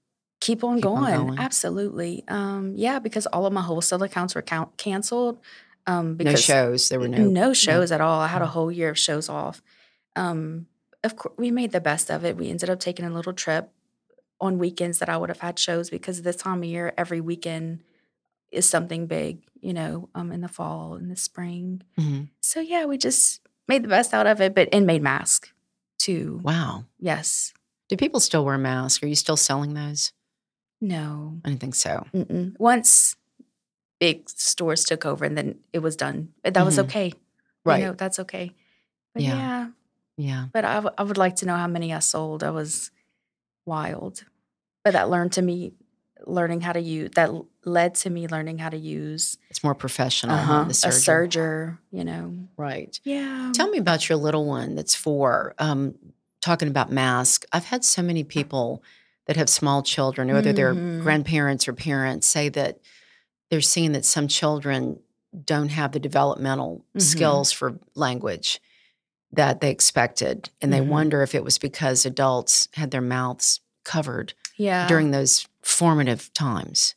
Speaker 2: Keep on
Speaker 1: Keep on
Speaker 2: going.
Speaker 1: going.
Speaker 2: Absolutely. Um, yeah, because all of my wholesale accounts were count- canceled. Um,
Speaker 1: no
Speaker 2: because
Speaker 1: shows. There were no.
Speaker 2: no, shows at all. I had a
Speaker 1: Mhm.
Speaker 2: whole year of shows off. Um, of course, we made the best of it. We ended up taking a little trip on weekends that I would have had shows because this time of year, every weekend is something big. You know, um, in the fall, in the spring.
Speaker 1: Mhm.
Speaker 2: So yeah, we just made the best out of it, but and made mask too.
Speaker 1: Wow.
Speaker 2: Yes.
Speaker 1: Do people still wear masks? Are you still selling those?
Speaker 2: No.
Speaker 1: I do not think so.
Speaker 2: Mm-mm. Once big stores took over, and then it was done. That was
Speaker 1: Mhm.
Speaker 2: okay. You
Speaker 1: Right.
Speaker 2: know, that's okay. But
Speaker 1: Yeah.
Speaker 2: Mm-hmm. yeah.
Speaker 1: Yeah.
Speaker 2: But I, w- I would like to know how many I sold. I was wild. But that learned to me learning how to use that l- led to me learning how to use
Speaker 1: It's more professional.
Speaker 2: uh-huh,
Speaker 1: The
Speaker 2: a
Speaker 1: surgeon.
Speaker 2: serger, you know.
Speaker 1: Right.
Speaker 2: Yeah.
Speaker 1: Tell me about your little one that's four. Um, talking about mask, I've had so many people that have small children, whether they're
Speaker 2: Mhm.
Speaker 1: grandparents or parents, say that they're seeing that some children don't have the developmental
Speaker 2: Mhm.
Speaker 1: skills for language that they expected, and they
Speaker 2: Mhm.
Speaker 1: wonder if it was because adults had their mouths covered
Speaker 2: yeah.
Speaker 1: during those formative times.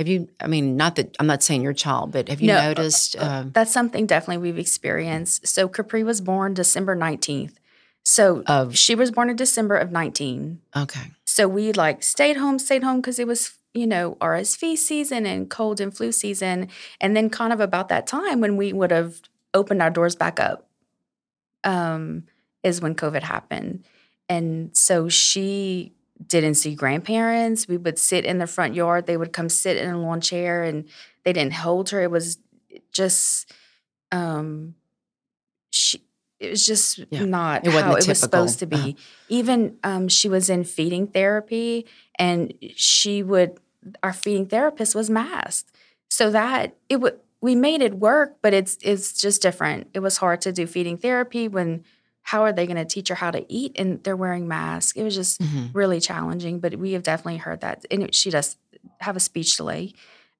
Speaker 1: Have you? I mean, not that I'm not saying your child, but have you
Speaker 2: No, uh,
Speaker 1: noticed? Uh,
Speaker 2: That's something definitely we've experienced. So Capri was born December 19th. So
Speaker 1: of
Speaker 2: she was born in December of 19.
Speaker 1: okay,
Speaker 2: So we like stayed home, stayed home because it was, you know, RSV season and cold and flu season. And then kind of about that time when we would have opened our doors back up um, is when COVID happened. And so she didn't see grandparents. We would sit in the front yard. They would come sit in a lawn chair and they didn't hold her. It was just um she it was just
Speaker 1: Yeah.
Speaker 2: not
Speaker 1: It wasn't
Speaker 2: how
Speaker 1: the
Speaker 2: it was
Speaker 1: typical,
Speaker 2: supposed to be.
Speaker 1: uh-huh.
Speaker 2: Even um she was in feeding therapy and she would our feeding therapist was masked. So that it would we made it work, but it's it's just different. It was hard to do feeding therapy when how are they going to teach her how to eat and they're wearing masks. It was just
Speaker 1: Mhm.
Speaker 2: really challenging, but we have definitely heard that. And it- she does have a speech delay.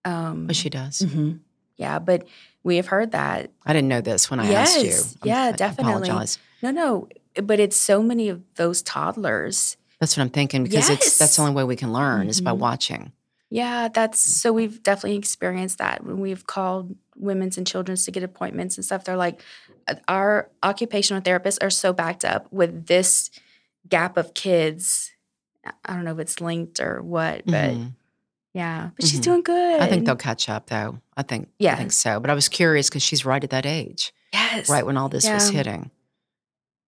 Speaker 2: Um,
Speaker 1: But Oh, she does.
Speaker 2: Mhm. Yeah, but we have heard that.
Speaker 1: I didn't know this when I asked you.
Speaker 2: Yes. Yeah,
Speaker 1: I
Speaker 2: definitely.
Speaker 1: Apologize.
Speaker 2: No, no, but it's so many of those toddlers.
Speaker 1: That's what I'm thinking because it's that's
Speaker 2: Yes.
Speaker 1: the only way we can learn is by
Speaker 2: Mhm.
Speaker 1: watching.
Speaker 2: Yeah, that's so we've definitely experienced that when we've called women's and children's to get appointments and stuff. They're like, "Uh, our occupational therapists are so backed up with this gap of kids. I- I don't know if it's linked or what, but
Speaker 1: Mhm.
Speaker 2: yeah, but she's
Speaker 1: Mhm.
Speaker 2: doing good.
Speaker 1: I think they'll catch up though. I think I think
Speaker 2: Yes.
Speaker 1: so. But I was curious because she's right at that age,
Speaker 2: yes,
Speaker 1: right when all this was
Speaker 2: Yeah. Oh,
Speaker 1: hitting.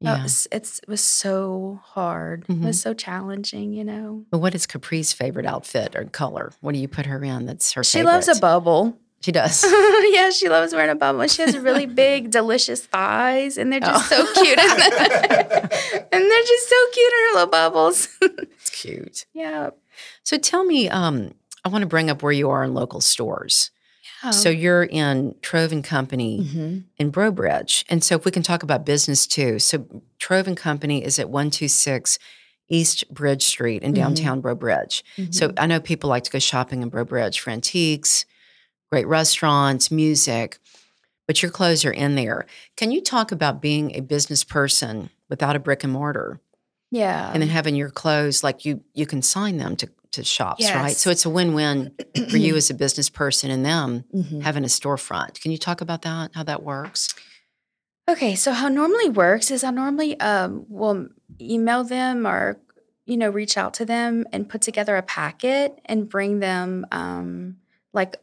Speaker 2: That
Speaker 1: Yeah. Mm-hmm.
Speaker 2: was- it's it was so hard. It was so challenging, you know.
Speaker 1: But what is Capri's favorite outfit or color? What do you put her in? That's her.
Speaker 2: She loves a
Speaker 1: favorite?
Speaker 2: bubble.
Speaker 1: She does.
Speaker 2: yeah, she loves wearing a bubble. She has really big, delicious thighs, and they're just
Speaker 1: Oh.
Speaker 2: so cute. and they're just so cute in her little bubbles.
Speaker 1: it's cute.
Speaker 2: yeah.
Speaker 1: So tell me, um, I want to bring up where you are in local stores.
Speaker 2: Oh.
Speaker 1: So you're in Trove and Company
Speaker 2: Mhm.
Speaker 1: in Brobridge, and so if we can talk about business too. So Trove and Company is at one two six East Bridge Street in
Speaker 2: Mhm.
Speaker 1: downtown Brobridge. So I know people like to go shopping in Brobridge for antiques, great restaurants, music, but your clothes are in there. Can you talk about being a business person without a brick and mortar
Speaker 2: yeah.
Speaker 1: and then having your clothes like you you can sign them to, to shops, right?
Speaker 2: Yes.
Speaker 1: So it's a win-win for you as a business person and them
Speaker 2: Mhm.
Speaker 1: having a storefront. Can you talk about that, how that works?
Speaker 2: Okay, so how it normally works is I normally um, will email them or you know reach out to them and put together a packet and bring them um, like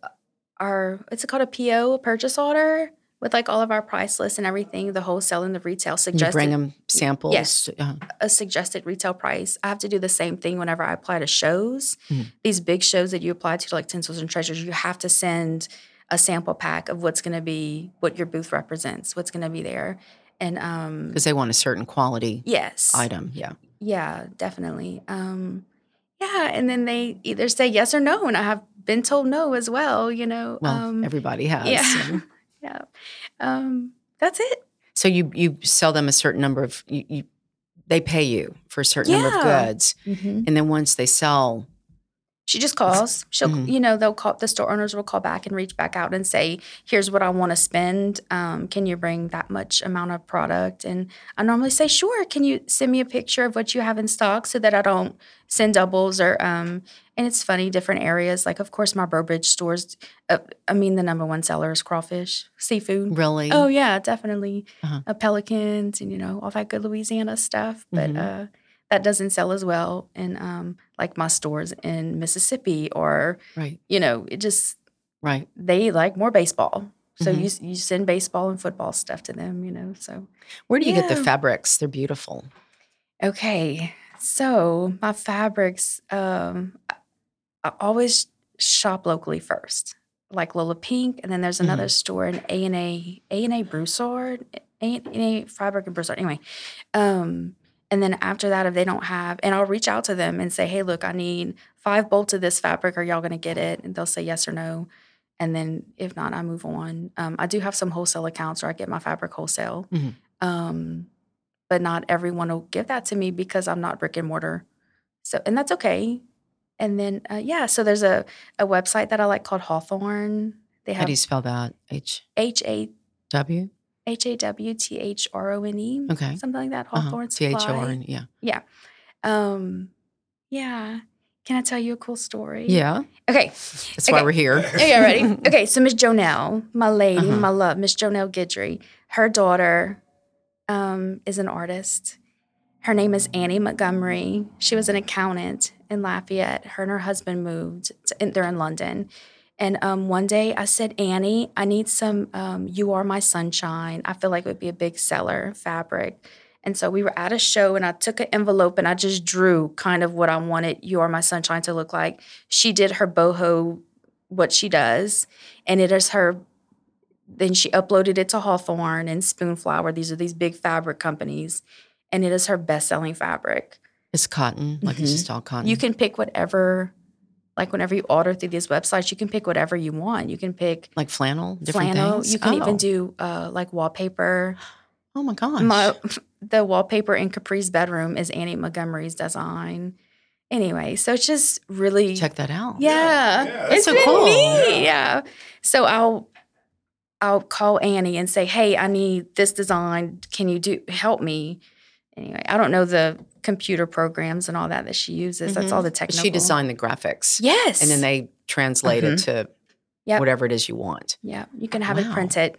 Speaker 2: our it's called a PO, a purchase order with like all of our price lists and everything, the wholesale and the
Speaker 1: Can
Speaker 2: retail
Speaker 1: you
Speaker 2: suggested
Speaker 1: bring them samples?
Speaker 2: yes.
Speaker 1: Uh,
Speaker 2: a suggested retail price. I have to do the same thing whenever I apply to shows.
Speaker 1: Mhm.
Speaker 2: These big shows that you apply to, like Tinsels and Treasures, you have to send a sample pack of what's going to be what your booth represents, what's going to be there, and um,
Speaker 1: Because they want a certain quality
Speaker 2: yes,
Speaker 1: item. Yeah.
Speaker 2: yeah, definitely, um, yeah. And then they either say yes or no, and I have been told no as well. You know,
Speaker 1: Well,
Speaker 2: um,
Speaker 1: everybody has.
Speaker 2: yeah.
Speaker 1: so.
Speaker 2: yeah, um, that's it.
Speaker 1: So you you sell them a certain number of you, you they pay you for a certain number of
Speaker 2: Yeah.
Speaker 1: goods, and then once they sell,
Speaker 2: She just calls. She'll,
Speaker 1: Mhm.
Speaker 2: you know, they'll call. The store owners will call back and reach back out and say, "Here's what I want to spend. Um, can you bring that much amount of product?" And I normally say, "Sure. Can you send me a picture of what you have in stock so that I don't send doubles or?" Um, and it's funny, different areas. Like, of course, my Burbridge stores. Uh, I mean, the number one seller is crawfish, seafood.
Speaker 1: really,
Speaker 2: Oh yeah, definitely.
Speaker 1: Uh-huh.
Speaker 2: Uh, pelicans and you know all that good Louisiana stuff, but
Speaker 1: Mhm.
Speaker 2: uh, that doesn't sell as well in um, like my stores in Mississippi or
Speaker 1: right,
Speaker 2: you know it just
Speaker 1: right.
Speaker 2: they like more baseball. So
Speaker 1: Mhm.
Speaker 2: you s you send baseball and football stuff to them, you know. So
Speaker 1: Where do you get the
Speaker 2: Yeah.
Speaker 1: fabrics? They're beautiful.
Speaker 2: okay, so my fabrics, um, I, I always shop locally first, like Lola Pink, and then there's another store in A and A A and A Broussard, A and A Fabric and Broussard. Anyway, Um, and then after that, if they don't have, and I'll reach out to them and say, hey, look, I need five bolts of this fabric. Are y'all going to get it? And they'll say yes or no. And then if not, I move on. Um, I do have some wholesale accounts where I get my fabric wholesale.
Speaker 1: Mhm.
Speaker 2: Um, but not everyone will give that to me because I'm not brick and mortar. So, and that's okay. And then, uh, yeah, so there's a, a website that I like called Hawthorne. They
Speaker 1: How
Speaker 2: have
Speaker 1: do you spell that? H
Speaker 2: H A
Speaker 1: W.
Speaker 2: H A W T H R O N E,
Speaker 1: Okay.
Speaker 2: something like that.
Speaker 1: Uh-huh.
Speaker 2: Hawthorne
Speaker 1: T H O
Speaker 2: Supply.
Speaker 1: R N, Yeah.
Speaker 2: Um, yeah. Can I tell you a cool story?
Speaker 1: Yeah.
Speaker 2: Okay.
Speaker 1: That's why
Speaker 2: Okay.
Speaker 1: we're here.
Speaker 2: Okay, ready? okay, so Miss Jonelle, my lady,
Speaker 1: Uh-huh.
Speaker 2: my love, Miss Jonelle Guidry, her daughter um, is an artist. Her name is Annie Montgomery. She was an accountant in Lafayette. Her and her husband moved. To, and they're in London. And um, one day I said, Annie, I need some um, You Are My Sunshine. I feel like it would be a big seller fabric. And so we were at a show, and I took an envelope and I just drew kind of what I wanted You Are My Sunshine to look like. She did her boho, what she does, and it is her. Then she uploaded it to Hawthorne and Spoonflower. These are these big fabric companies, and it is her best selling fabric
Speaker 1: It's cotton, like it's
Speaker 2: Mhm.
Speaker 1: just all cotton.
Speaker 2: you can pick whatever like whenever you order through these websites you can pick whatever you want you can pick
Speaker 1: like flannel, different
Speaker 2: flannel
Speaker 1: things.
Speaker 2: you can even
Speaker 1: Oh.
Speaker 2: do uh, like wallpaper
Speaker 1: Oh my gosh.
Speaker 2: my, the wallpaper in capri's bedroom is annie montgomery's design anyway so it's just really
Speaker 1: Check that out.
Speaker 2: yeah,
Speaker 3: Yeah,
Speaker 2: it's
Speaker 3: that's
Speaker 1: so
Speaker 2: been
Speaker 1: cool.
Speaker 2: neat. yeah so i'll i'll call annie and say hey i need this design can you do help me Anyway, I don't know the computer programs and all that that she uses. That's all the technical.
Speaker 1: Mm-hmm. She designed the graphics.
Speaker 2: Yes. Mm-hmm.
Speaker 1: And then they translate it to
Speaker 2: Yep.
Speaker 1: whatever it is you want.
Speaker 2: Yeah, you can have it
Speaker 1: Wow.
Speaker 2: printed.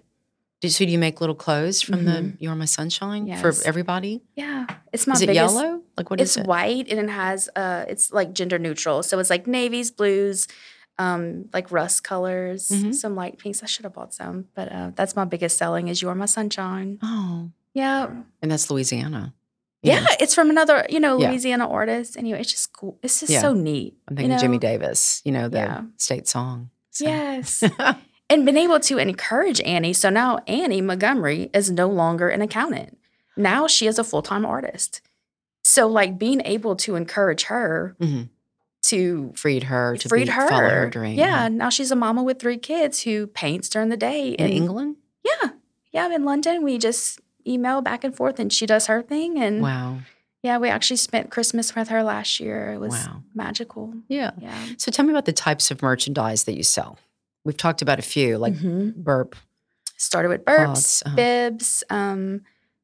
Speaker 1: Do- So do you make little clothes from the You're My Sunshine for
Speaker 2: Mm-hmm. Yes.
Speaker 1: everybody?
Speaker 2: Yeah, it's my
Speaker 1: is it
Speaker 2: biggest.
Speaker 1: yellow? Like what is
Speaker 2: it's
Speaker 1: it?
Speaker 2: white and it has uh, it's like gender neutral, so it's like navies, blues, um, like rust colors,
Speaker 1: Mhm.
Speaker 2: some light pinks. I should have bought some, but uh, that's my biggest selling is "You're My Sunshine."
Speaker 1: Oh,
Speaker 2: Yeah,
Speaker 1: and that's Louisiana. You
Speaker 2: yeah,
Speaker 1: know,
Speaker 2: it's from another you know
Speaker 1: Yeah.
Speaker 2: Louisiana artist. Anyway, it's just cool. It's just
Speaker 1: Yeah.
Speaker 2: so neat.
Speaker 1: I'm
Speaker 2: you
Speaker 1: thinking Jimmy
Speaker 2: know?
Speaker 1: Davis. You know the
Speaker 2: Yeah.
Speaker 1: state song. So-
Speaker 2: Yes. and been able to encourage Annie. So now Annie Montgomery is no longer an accountant. Now she is a full time artist. So, like, being able to encourage her
Speaker 1: Mhm.
Speaker 2: to
Speaker 1: freed her to
Speaker 2: freed
Speaker 1: be,
Speaker 2: her.
Speaker 1: follow her dream.
Speaker 2: Yeah. Now she's a mama with three kids who paints during the day.
Speaker 1: in
Speaker 2: and-
Speaker 1: England.
Speaker 2: Yeah. Yeah. I'm in London. We just email back and forth and she does her thing. And
Speaker 1: Wow,
Speaker 2: yeah, we actually spent Christmas with her last year. It was
Speaker 1: wow,
Speaker 2: magical.
Speaker 1: yeah.
Speaker 2: Yeah.
Speaker 1: So tell me about the types of merchandise that you sell. We've talked about a few, like
Speaker 2: Mhm.
Speaker 1: burp.
Speaker 2: started with burps,
Speaker 1: Cloths, uh-huh.
Speaker 2: bibs, um,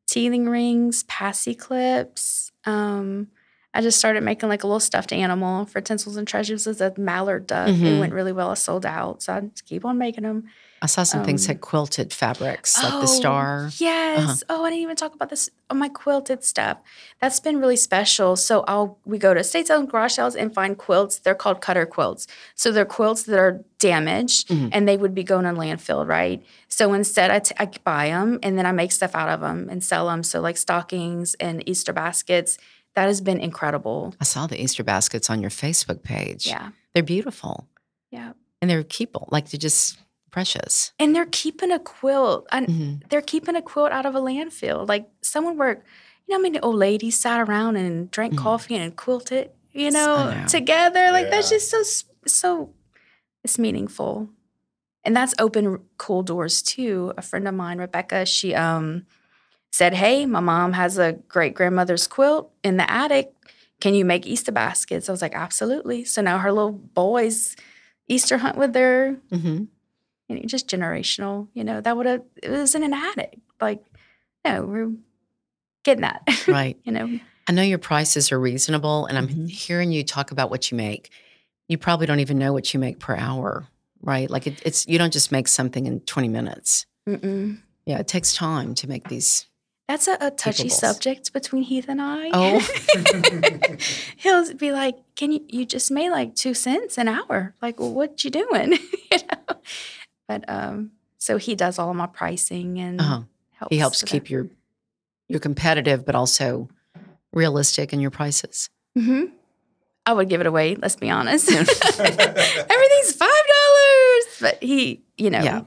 Speaker 2: teething rings, passy clips. Um, I just started making like a little stuffed animal for tinsels and treasures as a mallard duck. It
Speaker 1: Mhm.
Speaker 2: went really well. I sold out, so I just keep on making them.
Speaker 1: I saw some things
Speaker 2: Um,
Speaker 1: that quilted fabrics, like
Speaker 2: Oh,
Speaker 1: the star. Uh-huh.
Speaker 2: Yes. Oh, I didn't even talk about this. Oh, my quilted stuff. That's been really special. So I'll we go to estate sales and garage sales and find quilts. They're called cutter quilts. So they're quilts that are damaged
Speaker 1: Mhm.
Speaker 2: and they would be going in landfill, right? So instead, I, t- I buy them and then I make stuff out of them and sell them. So like stockings and Easter baskets. That has been incredible.
Speaker 1: I saw the Easter baskets on your Facebook page.
Speaker 2: Yeah.
Speaker 1: They're beautiful.
Speaker 2: Yeah.
Speaker 1: And they're keepable, like they're just precious.
Speaker 2: And they're keeping a quilt. I,
Speaker 1: Mhm.
Speaker 2: they're keeping a quilt out of a landfill. Like someone worked, you know, how many old ladies sat around and drank
Speaker 1: Mhm.
Speaker 2: coffee and quilted, you
Speaker 1: Yes, I
Speaker 2: know,
Speaker 1: know.
Speaker 2: together. Like that's
Speaker 3: Yeah.
Speaker 2: just so s- so. It's meaningful, and that's opened r- cool doors too. A friend of mine, Rebecca, she um said, "Hey, my mom has a great grandmother's quilt in the attic. Can you make Easter baskets?" I was like, "Absolutely!" So now her little boys Easter hunt with their
Speaker 1: Mhm.
Speaker 2: you know, just generational, you know, that would have, it was in an attic. Like, no, we're getting that,
Speaker 1: Right.
Speaker 2: you know.
Speaker 1: I know your prices are reasonable, and I'm
Speaker 2: Mhm.
Speaker 1: hearing you talk about what you make. You probably don't even know what you make per hour, right? Like it, it's you don't just make something in 20 minutes.
Speaker 2: Mm-mm.
Speaker 1: Yeah, it takes time to make these.
Speaker 2: That's a, a touchy
Speaker 1: Capable.
Speaker 2: subject between Heath and I.
Speaker 1: Oh.
Speaker 2: He'll be like, can you, you just made like two cents an hour. Like, well, what you doing? you know? But, um, so he does all of my pricing and
Speaker 1: Uh-huh.
Speaker 2: Mm-hmm. helps.
Speaker 1: He helps
Speaker 2: with
Speaker 1: keep
Speaker 2: that.
Speaker 1: your you're competitive, but also realistic in your prices.
Speaker 2: Mhm. I would give it away. Let's be honest. Everything's five dollars, but he, you know,
Speaker 1: Yeah.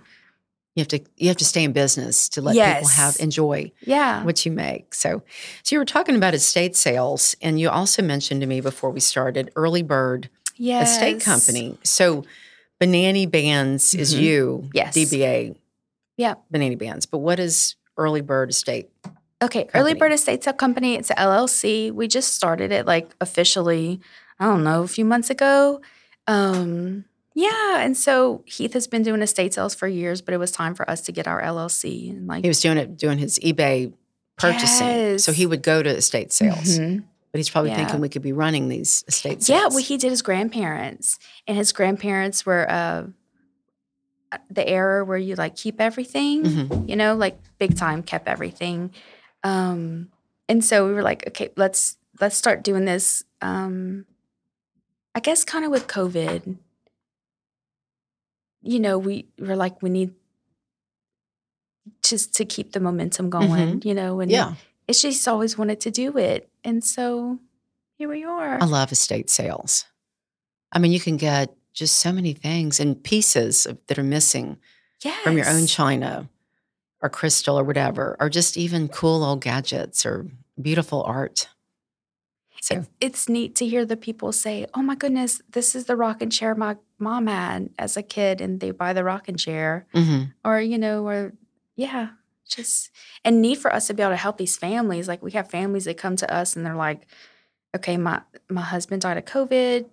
Speaker 1: You have to you have to stay in business to let people have
Speaker 2: Yes.
Speaker 1: enjoy
Speaker 2: yeah.
Speaker 1: what you make. So, so you were talking about estate sales, and you also mentioned to me before we started early bird
Speaker 2: Yes.
Speaker 1: estate company. So, Banani Bands is
Speaker 2: Mhm.
Speaker 1: you,
Speaker 2: Yes.
Speaker 1: DBA,
Speaker 2: Yeah.
Speaker 1: Banani Bands. But what is early bird estate?
Speaker 2: Okay, Early
Speaker 1: company.
Speaker 2: Bird Estate Sale Company. It's a LLC. We just started it like officially. I don't know, a few months ago. Um, yeah, and so Heath has been doing estate sales for years, but it was time for us to get our LLC and like
Speaker 1: He was doing it doing his eBay purchasing, so
Speaker 2: Yes.
Speaker 1: he would go to estate sales.
Speaker 2: Mhm.
Speaker 1: But he's probably
Speaker 2: Yeah.
Speaker 1: thinking we could be running these estate Mm-hmm. sales.
Speaker 2: Yeah, well, he did his grandparents, and his grandparents were uh, the era where you like keep everything.
Speaker 1: Mhm.
Speaker 2: you know, like big time kept everything. Um, and so we were like, okay, let's let's start doing this. Um, I guess kind of with COVID, you know, we were like, we need just to keep the momentum going, you know, and
Speaker 1: Mm-hmm. yeah.
Speaker 2: it's just always wanted to do it. And so here we are.
Speaker 1: I love estate sales. I mean, you can get just so many things and pieces of, that are missing
Speaker 2: yes.
Speaker 1: from your own china or crystal or whatever, or just even cool old gadgets or beautiful art. So,
Speaker 2: It's, it's neat to hear the people say, "Oh my goodness, this is the rocking chair my mom had as a kid," and they buy the rocking chair,
Speaker 1: mhm.
Speaker 2: or you know, or yeah, just and need for us to be able to help these families. Like we have families that come to us and they're like, "Okay, my my husband died of COVID.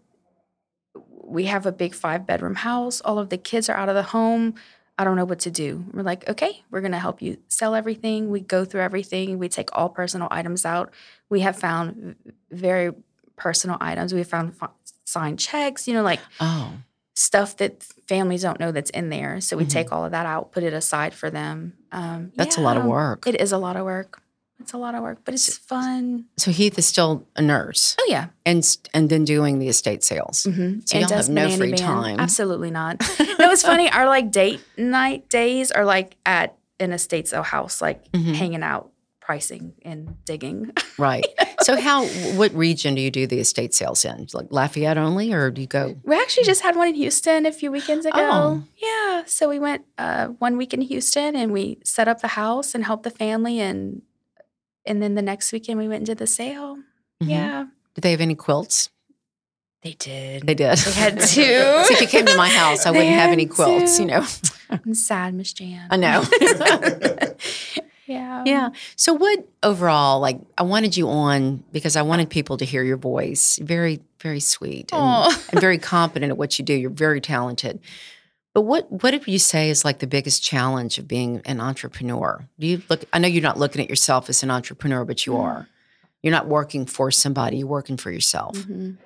Speaker 2: We have a big five bedroom house. All of the kids are out of the home. I don't know what to do. We're like, okay, we're going to help you sell everything. We go through everything. We take all personal items out. We have found v- very personal items. We found fi- signed checks, you know, like
Speaker 1: Oh,
Speaker 2: stuff that families don't know that's in there. So we
Speaker 1: Mhm.
Speaker 2: take all of that out, put it aside for them. Um,
Speaker 1: that's a lot of
Speaker 2: yeah,
Speaker 1: work.
Speaker 2: It is a lot of work. It's a lot of work, but it's fun.
Speaker 1: so Heath is still a nurse
Speaker 2: Oh, yeah.
Speaker 1: and s- and then doing the estate sales.
Speaker 2: Mm-hmm.
Speaker 1: So y'all have no free time.
Speaker 2: Absolutely not. no, it's funny. Our like date night days are like at an estate sale house, like
Speaker 1: Mhm.
Speaker 2: hanging out, pricing and digging.
Speaker 1: Right. So how what region do you do the estate sales in? Like Lafayette only or do you go
Speaker 2: We actually just had one in Houston a few weekends ago.
Speaker 1: Oh.
Speaker 2: Yeah, so we went uh, one week in Houston and we set up the house and helped the family, and and then the next weekend we went and did the sale.
Speaker 1: Mhm.
Speaker 2: Yeah,
Speaker 1: Did they have any quilts?
Speaker 2: they did.
Speaker 1: They did.
Speaker 2: They had two.
Speaker 1: so if you came to my house, I
Speaker 2: They
Speaker 1: wouldn't have any
Speaker 2: had
Speaker 1: quilts, you
Speaker 2: two.
Speaker 1: know.
Speaker 2: I'm sad, Miss Jan.
Speaker 1: I know.
Speaker 2: yeah.
Speaker 1: yeah. So what overall, like I wanted you on because I wanted people to hear your voice. Very, very sweet and,
Speaker 2: Aw.
Speaker 1: and very competent at what you do. You're very talented. But what what did you say is like the biggest challenge of being an entrepreneur? Do you look I know you're not looking at yourself as an entrepreneur, but you
Speaker 2: Mm.
Speaker 1: are. You're not working for somebody, you're working for yourself.
Speaker 2: Mhm.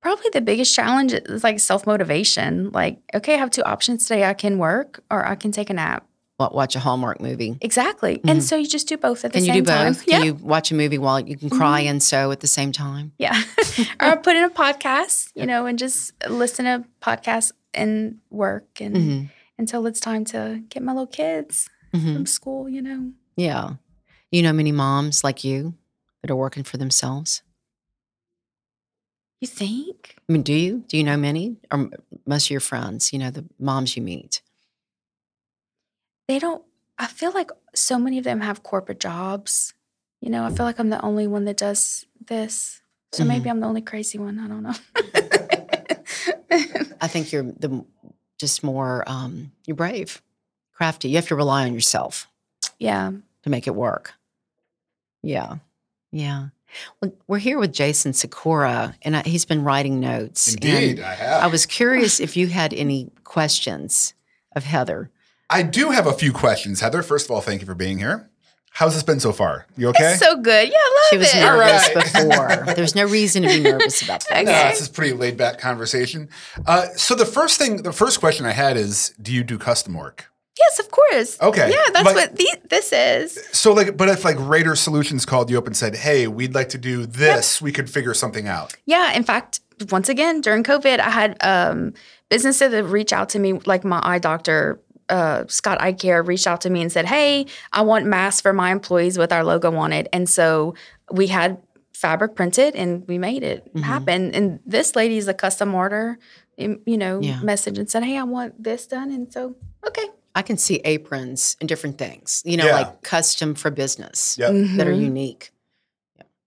Speaker 2: Probably the biggest challenge is like self motivation. Like, okay, I have two options today. I can work or I can take a nap.
Speaker 1: Wa- Watch a Hallmark movie.
Speaker 2: Exactly.
Speaker 1: Mhm.
Speaker 2: And so you just do both at the
Speaker 1: Can you
Speaker 2: same
Speaker 1: do both?
Speaker 2: time. Mm-hmm.
Speaker 1: Can you watch a movie while you can cry and sew at the same time?
Speaker 2: Yeah. or I put in a podcast, you know, and just listen to podcasts and work and
Speaker 3: Mm-hmm.
Speaker 1: hmm
Speaker 2: until it's time to get my little kids
Speaker 3: Mm-hmm.
Speaker 1: hmm
Speaker 2: from school, you know.
Speaker 1: Yeah. You know many moms like you that are working for themselves?
Speaker 2: You think?
Speaker 1: I mean, do you? Do you know many or m- most of your friends, you know, the moms you meet?
Speaker 2: They don't I feel like so many of them have corporate jobs. You know, I feel like I'm the only one that does this. So
Speaker 3: Mm-hmm.
Speaker 2: maybe I'm the only crazy one. I don't know.
Speaker 1: I think you're the m- just more um, you're brave, crafty. You have to rely on yourself
Speaker 2: yeah.
Speaker 1: to make it work. Yeah. Yeah. Well, we're here with Jason Sakura and I, he's been writing notes. and
Speaker 3: Indeed, I have.
Speaker 1: I was curious if you had any questions of Heather.
Speaker 3: I do have a few questions, Heather. First of all, thank you for being here. How's this been so far? You okay?
Speaker 2: It's so good. Yeah, I love
Speaker 1: She was
Speaker 2: it.
Speaker 3: All
Speaker 1: nervous
Speaker 3: right.
Speaker 1: before. There's no reason to be nervous about that.
Speaker 3: No,
Speaker 2: okay.
Speaker 3: this is pretty laid back conversation. Uh, so the first thing, the first question I had is, do you do custom work?
Speaker 2: Yes, of course.
Speaker 3: Okay,
Speaker 2: Yeah, that's
Speaker 3: but-
Speaker 2: what the, this is.
Speaker 3: So like, but if like Raider Solutions called you up and said, "Hey, we'd like to do this," we could figure something out.
Speaker 2: Yeah. In fact, once again, during COVID, I had um, businesses that reach out to me, like my eye doctor, uh, Scott Eye Care, reached out to me and said, Hey, I want masks for my employees with our logo on it. And so we had fabric printed and we made it
Speaker 1: Mhm.
Speaker 2: happen. And this lady is a custom order, um, you know,
Speaker 1: Yeah.
Speaker 2: message and said, Hey, I want this done. And so, okay.
Speaker 1: I can see aprons and different things, you know,
Speaker 3: Yeah.
Speaker 1: like custom for business
Speaker 3: Yep.
Speaker 1: that are
Speaker 2: Mhm.
Speaker 4: Mm-hmm.
Speaker 1: unique.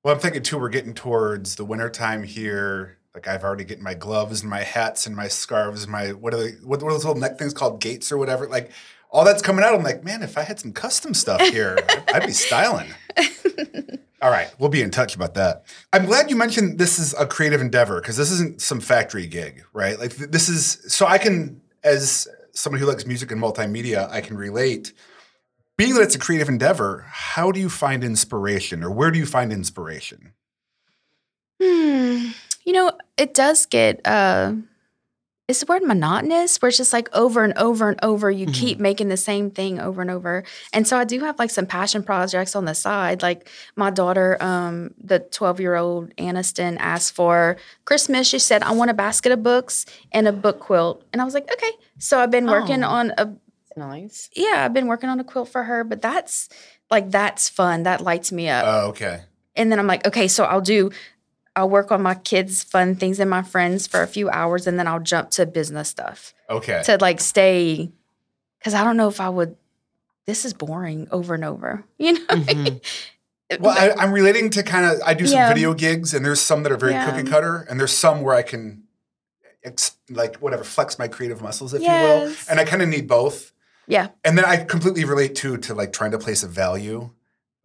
Speaker 3: Well, I'm thinking too. We're getting towards the wintertime here. Like I've already getting my gloves and my hats and my scarves, and my what are they? What, what are those little neck things called? Gates or whatever. Like all that's coming out. I'm like, man, if I had some custom stuff here, I'd be styling. All right, we'll be in touch about that. I'm glad you mentioned this is a creative endeavor because this isn't some factory gig, right? Like th- this is so I can, as somebody who likes music and multimedia, I can relate. Being that it's a creative endeavor, how do you find inspiration, or where do you find inspiration?
Speaker 2: Hmm. You know, it does get uh is the word monotonous where it's just like over and over and over you
Speaker 1: Mhm.
Speaker 2: keep making the same thing over and over. And so I do have like some passion projects on the side. Like my daughter, um, the 12 year old Aniston asked for Christmas. She said, I want a basket of books and a book quilt. And I was like, okay. So I've been working
Speaker 1: Oh.
Speaker 2: on a
Speaker 1: It's nice.
Speaker 2: yeah, I've been working on a quilt for her, but that's like that's fun. That lights me up
Speaker 3: Oh, okay.
Speaker 2: and then I'm like, okay, so I'll do, I'll work on my kids' fun things and my friends for a few hours, and then I'll jump to business stuff
Speaker 3: Okay.
Speaker 2: to like stay, because I don't know if I would. This is boring over and over, you know.
Speaker 1: Mhm.
Speaker 3: Well, I, I'm relating to kind of I do some
Speaker 2: Yeah.
Speaker 3: video gigs, and there's some that are very
Speaker 2: Yeah.
Speaker 3: cookie cutter, and there's some where I can, ex- like whatever, flex my creative muscles, if you will.
Speaker 2: Yes.
Speaker 3: And I kind of need both.
Speaker 2: yeah,
Speaker 3: And then I completely relate too to like trying to place a value.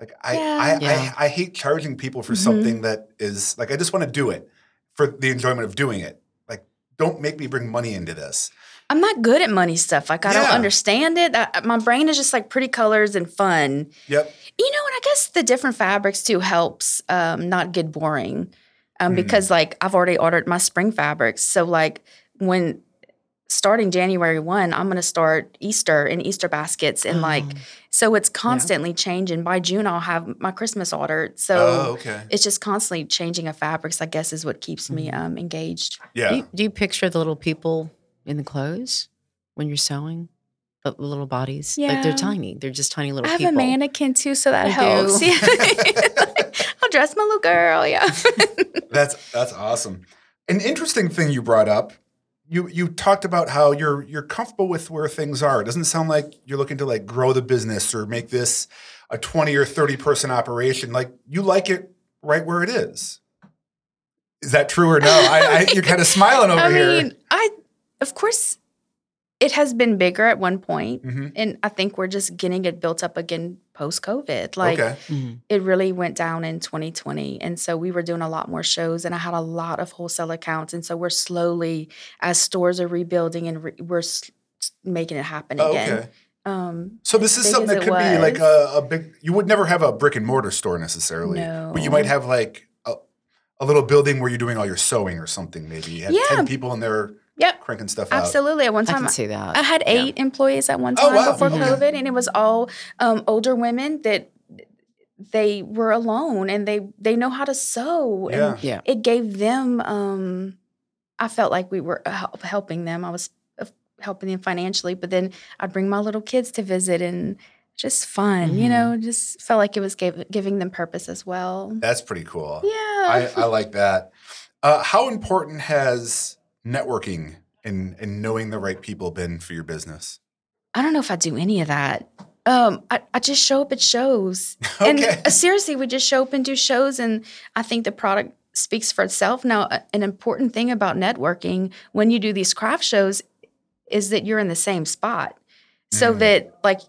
Speaker 3: Like I I,
Speaker 1: Yeah.
Speaker 3: I I hate charging people for
Speaker 2: Mhm.
Speaker 3: something that is like I just want to do it for the enjoyment of doing it. Like don't make me bring money into this.
Speaker 2: I'm not good at money stuff. Like I don't
Speaker 3: Yeah.
Speaker 2: understand it. I, my brain is just like pretty colors and fun.
Speaker 3: Yep.
Speaker 2: You know, and I guess the different fabrics too helps um, not get boring, um,
Speaker 3: Mhm.
Speaker 2: because like I've already ordered my spring fabrics. So like when starting January one, I'm gonna start Easter and Easter baskets
Speaker 1: Oh.
Speaker 2: and like
Speaker 1: Mm-hmm.
Speaker 2: so it's constantly changing. By June, I'll have my Christmas ordered. So.
Speaker 3: oh, okay.
Speaker 2: It's just constantly changing of fabrics, I guess, is what keeps me um, engaged.
Speaker 3: Yeah.
Speaker 4: Do, you, do you picture the little people in the clothes when you're sewing? The little bodies, like they're
Speaker 2: Yeah.
Speaker 4: tiny. They're just tiny little
Speaker 2: I have
Speaker 4: people.
Speaker 2: a mannequin too, so that
Speaker 4: You
Speaker 2: helps.
Speaker 4: do.
Speaker 2: Yeah. I'll dress my little girl. Yeah.
Speaker 3: That's that's awesome. An interesting thing you brought up. You you talked about how you're you're comfortable with where things are. It doesn't sound like you're looking to like grow the business or make this a 20 or 30 person operation. Like you like it right where it is. Is that true or no? I, I you're kind of smiling over
Speaker 2: I
Speaker 3: here.
Speaker 2: mean, I of course it has been bigger at one point,
Speaker 3: Mhm.
Speaker 2: and I think we're just getting it built up again post COVID. Like
Speaker 3: okay.
Speaker 4: Mhm.
Speaker 2: it really went down in 2020, and so we were doing a lot more shows, and I had a lot of wholesale accounts, and so we're slowly as stores are rebuilding and re- we're s- making it happen
Speaker 3: Oh,
Speaker 2: again.
Speaker 3: okay.
Speaker 2: Um,
Speaker 3: So this is
Speaker 2: big
Speaker 3: something
Speaker 2: as
Speaker 3: that
Speaker 2: it
Speaker 3: could be like a,
Speaker 2: was.
Speaker 3: a big. You would never have a brick and mortar store necessarily, but you
Speaker 2: No.
Speaker 3: might have like a, a little building where you're doing all your sewing or something. Maybe you have
Speaker 2: Yeah.
Speaker 3: ten people in there
Speaker 2: Yep.
Speaker 3: cranking stuff out.
Speaker 2: absolutely. At one
Speaker 4: I
Speaker 2: time,
Speaker 4: can see that.
Speaker 2: I had eight employees at one
Speaker 3: Oh,
Speaker 2: time
Speaker 3: wow.
Speaker 2: before
Speaker 3: Okay.
Speaker 2: COVID, and it was all um, older women that they were alone and they they know how to sew,
Speaker 3: Yeah.
Speaker 2: and
Speaker 4: Yeah.
Speaker 2: it gave them. Um, I felt like we were uh, help, helping them. I was uh, helping them financially, but then I'd bring my little kids to visit and just fun, you
Speaker 3: Mm-hmm.
Speaker 4: Mhm.
Speaker 2: know. Just felt like it was gave, giving them purpose as well.
Speaker 3: That's pretty cool.
Speaker 2: Yeah,
Speaker 3: I, I like that. Uh, how important has networking and, and knowing the right people been for your business?
Speaker 2: I don't know if I do any of that. Um, I, I just show up at shows. And
Speaker 3: Okay.
Speaker 2: uh, seriously, we just show up and do shows, and I think the product speaks for itself. Now, a- an important thing about networking when you do these craft shows is that you're in the same spot, so
Speaker 3: Mm.
Speaker 2: that like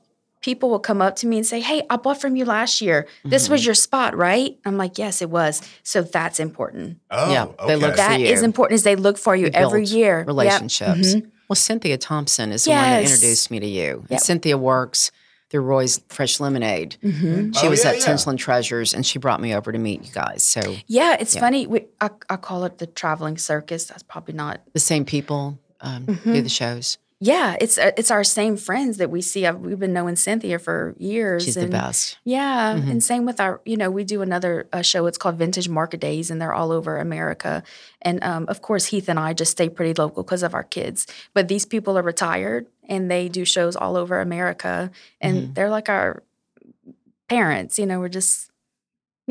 Speaker 2: people will come up to me and say, "Hey, I bought from you last year. This was your spot, right?" I'm like, "Yes, it was." So that's important.
Speaker 3: Oh,
Speaker 4: Yeah,
Speaker 3: okay.
Speaker 4: they look
Speaker 2: That is
Speaker 4: you.
Speaker 2: important is they look for you
Speaker 4: You
Speaker 2: every
Speaker 4: build
Speaker 2: year. Yep.
Speaker 4: relationships.
Speaker 2: Mhm.
Speaker 4: Well, Cynthia Thompson is the one that
Speaker 2: Yes.
Speaker 4: introduced me to you. And
Speaker 2: Yep.
Speaker 4: Cynthia works through Roy's Fresh Lemonade.
Speaker 2: Mhm.
Speaker 1: Mm-hmm.
Speaker 4: She
Speaker 3: Oh,
Speaker 4: was
Speaker 3: yeah,
Speaker 4: at
Speaker 3: yeah.
Speaker 4: Tinsel and Treasures, and she brought me over to meet you guys. So
Speaker 2: Yeah, it's
Speaker 4: Yeah.
Speaker 2: funny. We, I, I call it the traveling circus. That's probably not.
Speaker 4: the same people um, do
Speaker 2: Mhm.
Speaker 4: the shows.
Speaker 2: Yeah, it's uh, it's our same friends that we see. I've, we've been knowing Cynthia for years.
Speaker 4: She's
Speaker 2: and-
Speaker 4: the best. Mm-hmm.
Speaker 2: Yeah, and same with our. You know, we do another uh, show. It's called Vintage Market Days, and they're all over America. And um, of course, Heath and I just stay pretty local because of our kids. But these people are retired, and they do shows all over America, and
Speaker 4: Mm-hmm.
Speaker 2: they're like our parents. You know, we're just.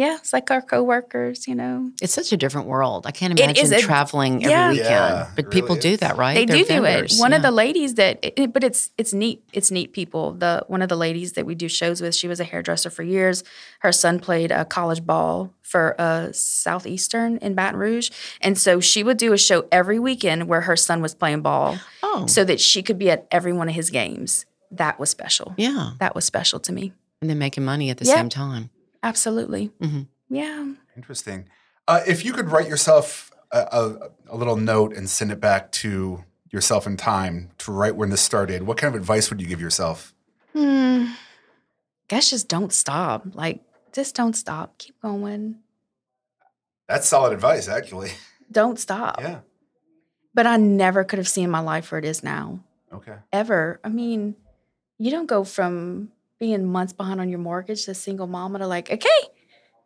Speaker 2: Yeah, it's like our coworkers, you know.
Speaker 4: It's such a different world. I can't
Speaker 2: It is
Speaker 4: imagine
Speaker 2: a-
Speaker 4: traveling
Speaker 2: yeah.
Speaker 4: every weekend,
Speaker 3: Yeah,
Speaker 4: but
Speaker 3: it
Speaker 4: people
Speaker 3: really
Speaker 4: do
Speaker 3: is.
Speaker 4: that, right?
Speaker 2: They
Speaker 4: They're
Speaker 2: do do it.
Speaker 4: vendors,
Speaker 2: One of
Speaker 4: yeah.
Speaker 2: the ladies that, it- it- but it's it's neat. It's neat people. The one of the ladies that we do shows with, she was a hairdresser for years. Her son played a college ball for uh, Southeastern in Baton Rouge, and so she would do a show every weekend where her son was playing ball,
Speaker 4: oh
Speaker 2: so that she could be at every one of his games. That was special.
Speaker 4: yeah,
Speaker 2: That was special to me.
Speaker 4: and they're making money at the
Speaker 2: Yeah.
Speaker 4: same time.
Speaker 2: Absolutely.
Speaker 4: Mhm.
Speaker 2: Yeah.
Speaker 3: Interesting. Uh, if you could write yourself a, a, a little note and send it back to yourself in time to right when this started, what kind of advice would you give yourself?
Speaker 2: Hmm. Guess just don't stop. Like just don't stop. Keep going.
Speaker 3: That's solid advice, actually.
Speaker 2: Don't stop.
Speaker 3: Yeah.
Speaker 2: But I never could have seen my life where it is now,
Speaker 3: Okay.
Speaker 2: ever. I mean, you don't go from being months behind on your mortgage to single mama to like, okay,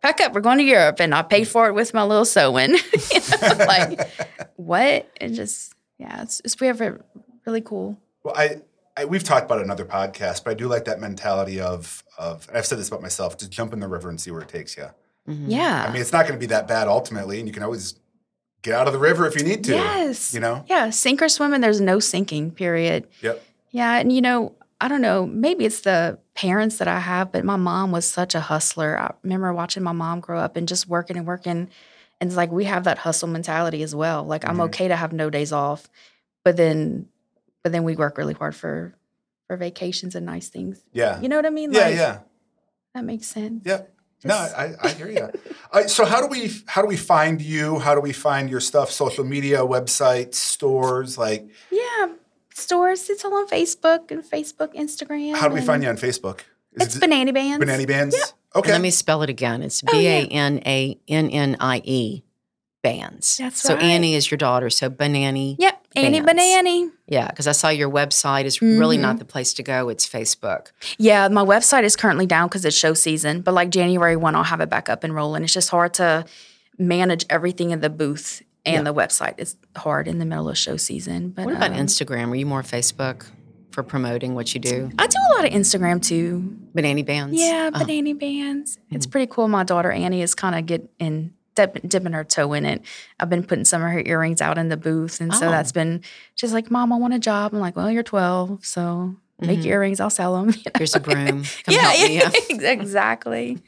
Speaker 2: pack up, we're going to Europe. And I paid for it with my little sewing. You know, like, what? It just, yeah, it's, it's we have a really cool.
Speaker 3: Well, I, I we've talked about it in another podcast, but I do like that mentality of of. And I've said this about myself: just jump in the river and see where it takes you.
Speaker 1: Mm-hmm.
Speaker 4: Mhm.
Speaker 2: Yeah.
Speaker 3: Mm-hmm. I mean, it's not going to be that bad ultimately, and you can always get out of the river if you need to.
Speaker 2: yes.
Speaker 3: You know.
Speaker 2: Yeah. Sink or swim, and there's no sinking, period.
Speaker 3: Yep.
Speaker 2: Yeah, and you know, I don't know, maybe it's the parents that I have, but my mom was such a hustler. I remember watching my mom grow up and just working and working. And it's like we have that hustle mentality as well. Like I'm
Speaker 3: Mhm.
Speaker 2: okay to have no days off, but then but then we work really hard for for vacations and nice things.
Speaker 3: Yeah.
Speaker 2: You know what I mean?
Speaker 3: yeah.
Speaker 2: like
Speaker 3: Yeah.
Speaker 2: that makes sense.
Speaker 3: Yep. No,
Speaker 2: Just-
Speaker 3: I, I hear you. so how do we how do we find you? How do we find your stuff? Social media, websites, stores, like
Speaker 2: Yeah. stores. It's all on Facebook and Facebook, Instagram.
Speaker 3: How do we
Speaker 2: and-
Speaker 3: find you on Facebook?
Speaker 2: It's Banana Bands.
Speaker 3: Banana Bands?
Speaker 1: And
Speaker 3: Okay.
Speaker 1: Let me spell it again. It's
Speaker 2: Oh,
Speaker 1: B
Speaker 2: yeah.
Speaker 1: A N A N N I E bands.
Speaker 2: That's
Speaker 1: so
Speaker 2: right.
Speaker 1: Annie is your daughter. So Banani.
Speaker 2: Yep, Annie
Speaker 1: Bands.
Speaker 2: Banani.
Speaker 1: Yeah, because I saw your website is really
Speaker 2: Mm-hmm.
Speaker 1: not the place to go. It's Facebook.
Speaker 2: Yeah, my website is currently down because it's show season, but like January 1, I'll have it back up and rolling. It's just hard to manage everything in the booth and the website. It's hard in the middle of show season. But
Speaker 1: What about
Speaker 2: um,
Speaker 1: Instagram? Are you more Facebook for promoting what you do?
Speaker 2: I do a lot of Instagram too.
Speaker 1: Banani bands? Hmm.
Speaker 2: Yeah,
Speaker 1: Uh-huh.
Speaker 2: banana bands. It's pretty cool. My daughter Annie is kind of getting dip, dipping her toe in it. I've been putting some of her earrings out in the booth, and so
Speaker 1: Oh.
Speaker 2: that's been. She's like, "Mom, I want a job." I'm like, "Well, you're 12, so make earrings. I'll sell them."
Speaker 1: Here's a broom. Come help me. Mm-hmm. Yeah.
Speaker 2: exactly.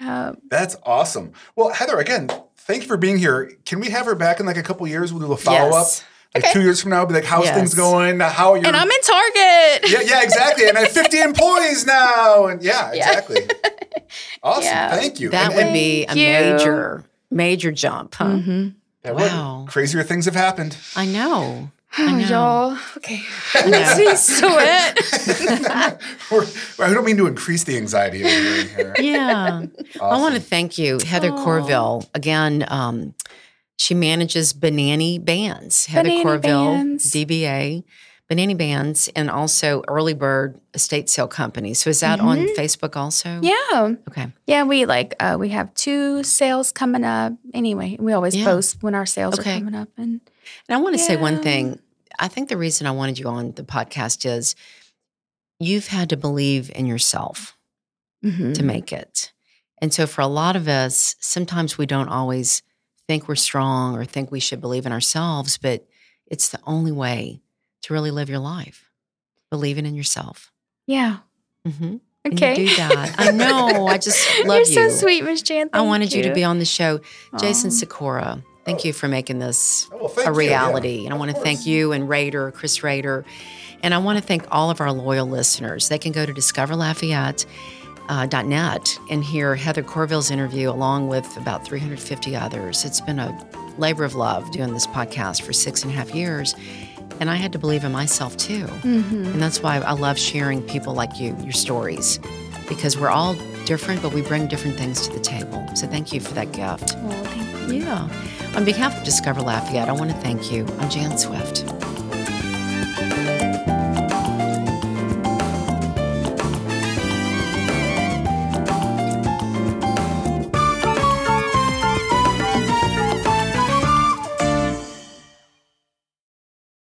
Speaker 2: Uh,
Speaker 3: That's awesome. Well, Heather, again, thank you for being here. Can we have her back in like a couple years? We'll do a follow up.
Speaker 1: Yes.
Speaker 3: Like
Speaker 2: Okay.
Speaker 3: two years from now, be like, how's
Speaker 1: Yes.
Speaker 3: things going? How are you?
Speaker 2: and I'm in Target.
Speaker 3: yeah, yeah, exactly. And I have 50 employees now. And yeah,
Speaker 2: Yeah.
Speaker 3: exactly. Awesome.
Speaker 2: Yeah.
Speaker 3: Thank you.
Speaker 1: That
Speaker 3: And-
Speaker 1: would
Speaker 3: and
Speaker 1: be a
Speaker 2: Thank you.
Speaker 1: major, major jump, huh?
Speaker 2: Mhm.
Speaker 3: that would.
Speaker 1: wow.
Speaker 3: Crazier things have happened.
Speaker 1: I know. I
Speaker 2: Oh,
Speaker 1: know.
Speaker 2: y'all. Okay.
Speaker 1: I know.
Speaker 2: Please do it.
Speaker 3: We're, I don't mean to increase the anxiety of hearing here.
Speaker 1: Yeah. I want to thank you, Heather
Speaker 2: Aw.
Speaker 1: Corville. Again, um, she manages Banani Bands. Heather
Speaker 2: Banani
Speaker 1: Corville,
Speaker 2: Bands.
Speaker 1: DBA, Banani Bands, and also Early Bird Estate Sale Company. So is that on Facebook also?
Speaker 2: Mm-hmm. Yeah.
Speaker 1: Okay.
Speaker 2: Yeah, we like uh, we have two sales coming up. Anyway, we always
Speaker 1: Yeah.
Speaker 2: post when our sales
Speaker 1: Okay.
Speaker 2: are coming up, and
Speaker 1: And I want to say one
Speaker 2: Yeah.
Speaker 1: thing. I think the reason I wanted you on the podcast is you've had to believe in yourself. to
Speaker 2: Mm-hmm.
Speaker 1: make it. And so, for a lot of us, sometimes we don't always think we're strong or think we should believe in ourselves, but it's the only way to really live your life, believing in yourself.
Speaker 2: yeah.
Speaker 1: hmm
Speaker 2: Mm-hmm. Okay.
Speaker 1: And you do that. I know. I just love you.
Speaker 2: You're so sweet, Miss Jan.
Speaker 1: I
Speaker 2: Thank
Speaker 1: wanted you. to be on the show. Jason
Speaker 2: Aw.
Speaker 1: Sikora, thank you for making this
Speaker 3: Oh, well, thank
Speaker 1: a
Speaker 3: you. Yeah.
Speaker 1: reality. And I
Speaker 3: Of
Speaker 1: want to
Speaker 3: course.
Speaker 1: thank you and Raider, Chris Raider. And I want to thank all of our loyal listeners. They can go to discoverlafayette.net and hear Heather Corville's interview along with about 350 others. It's been a labor of love doing this podcast for six and a half years. And I had to believe in myself too.
Speaker 3: Mm-hmm.
Speaker 1: And that's why I love sharing people like you, your stories, because we're all different, but we bring different things to the table. So thank you for that gift.
Speaker 2: Oh, thank you.
Speaker 1: Yeah. On behalf of Discover Lafayette, I want to thank you. I'm Jan Swift.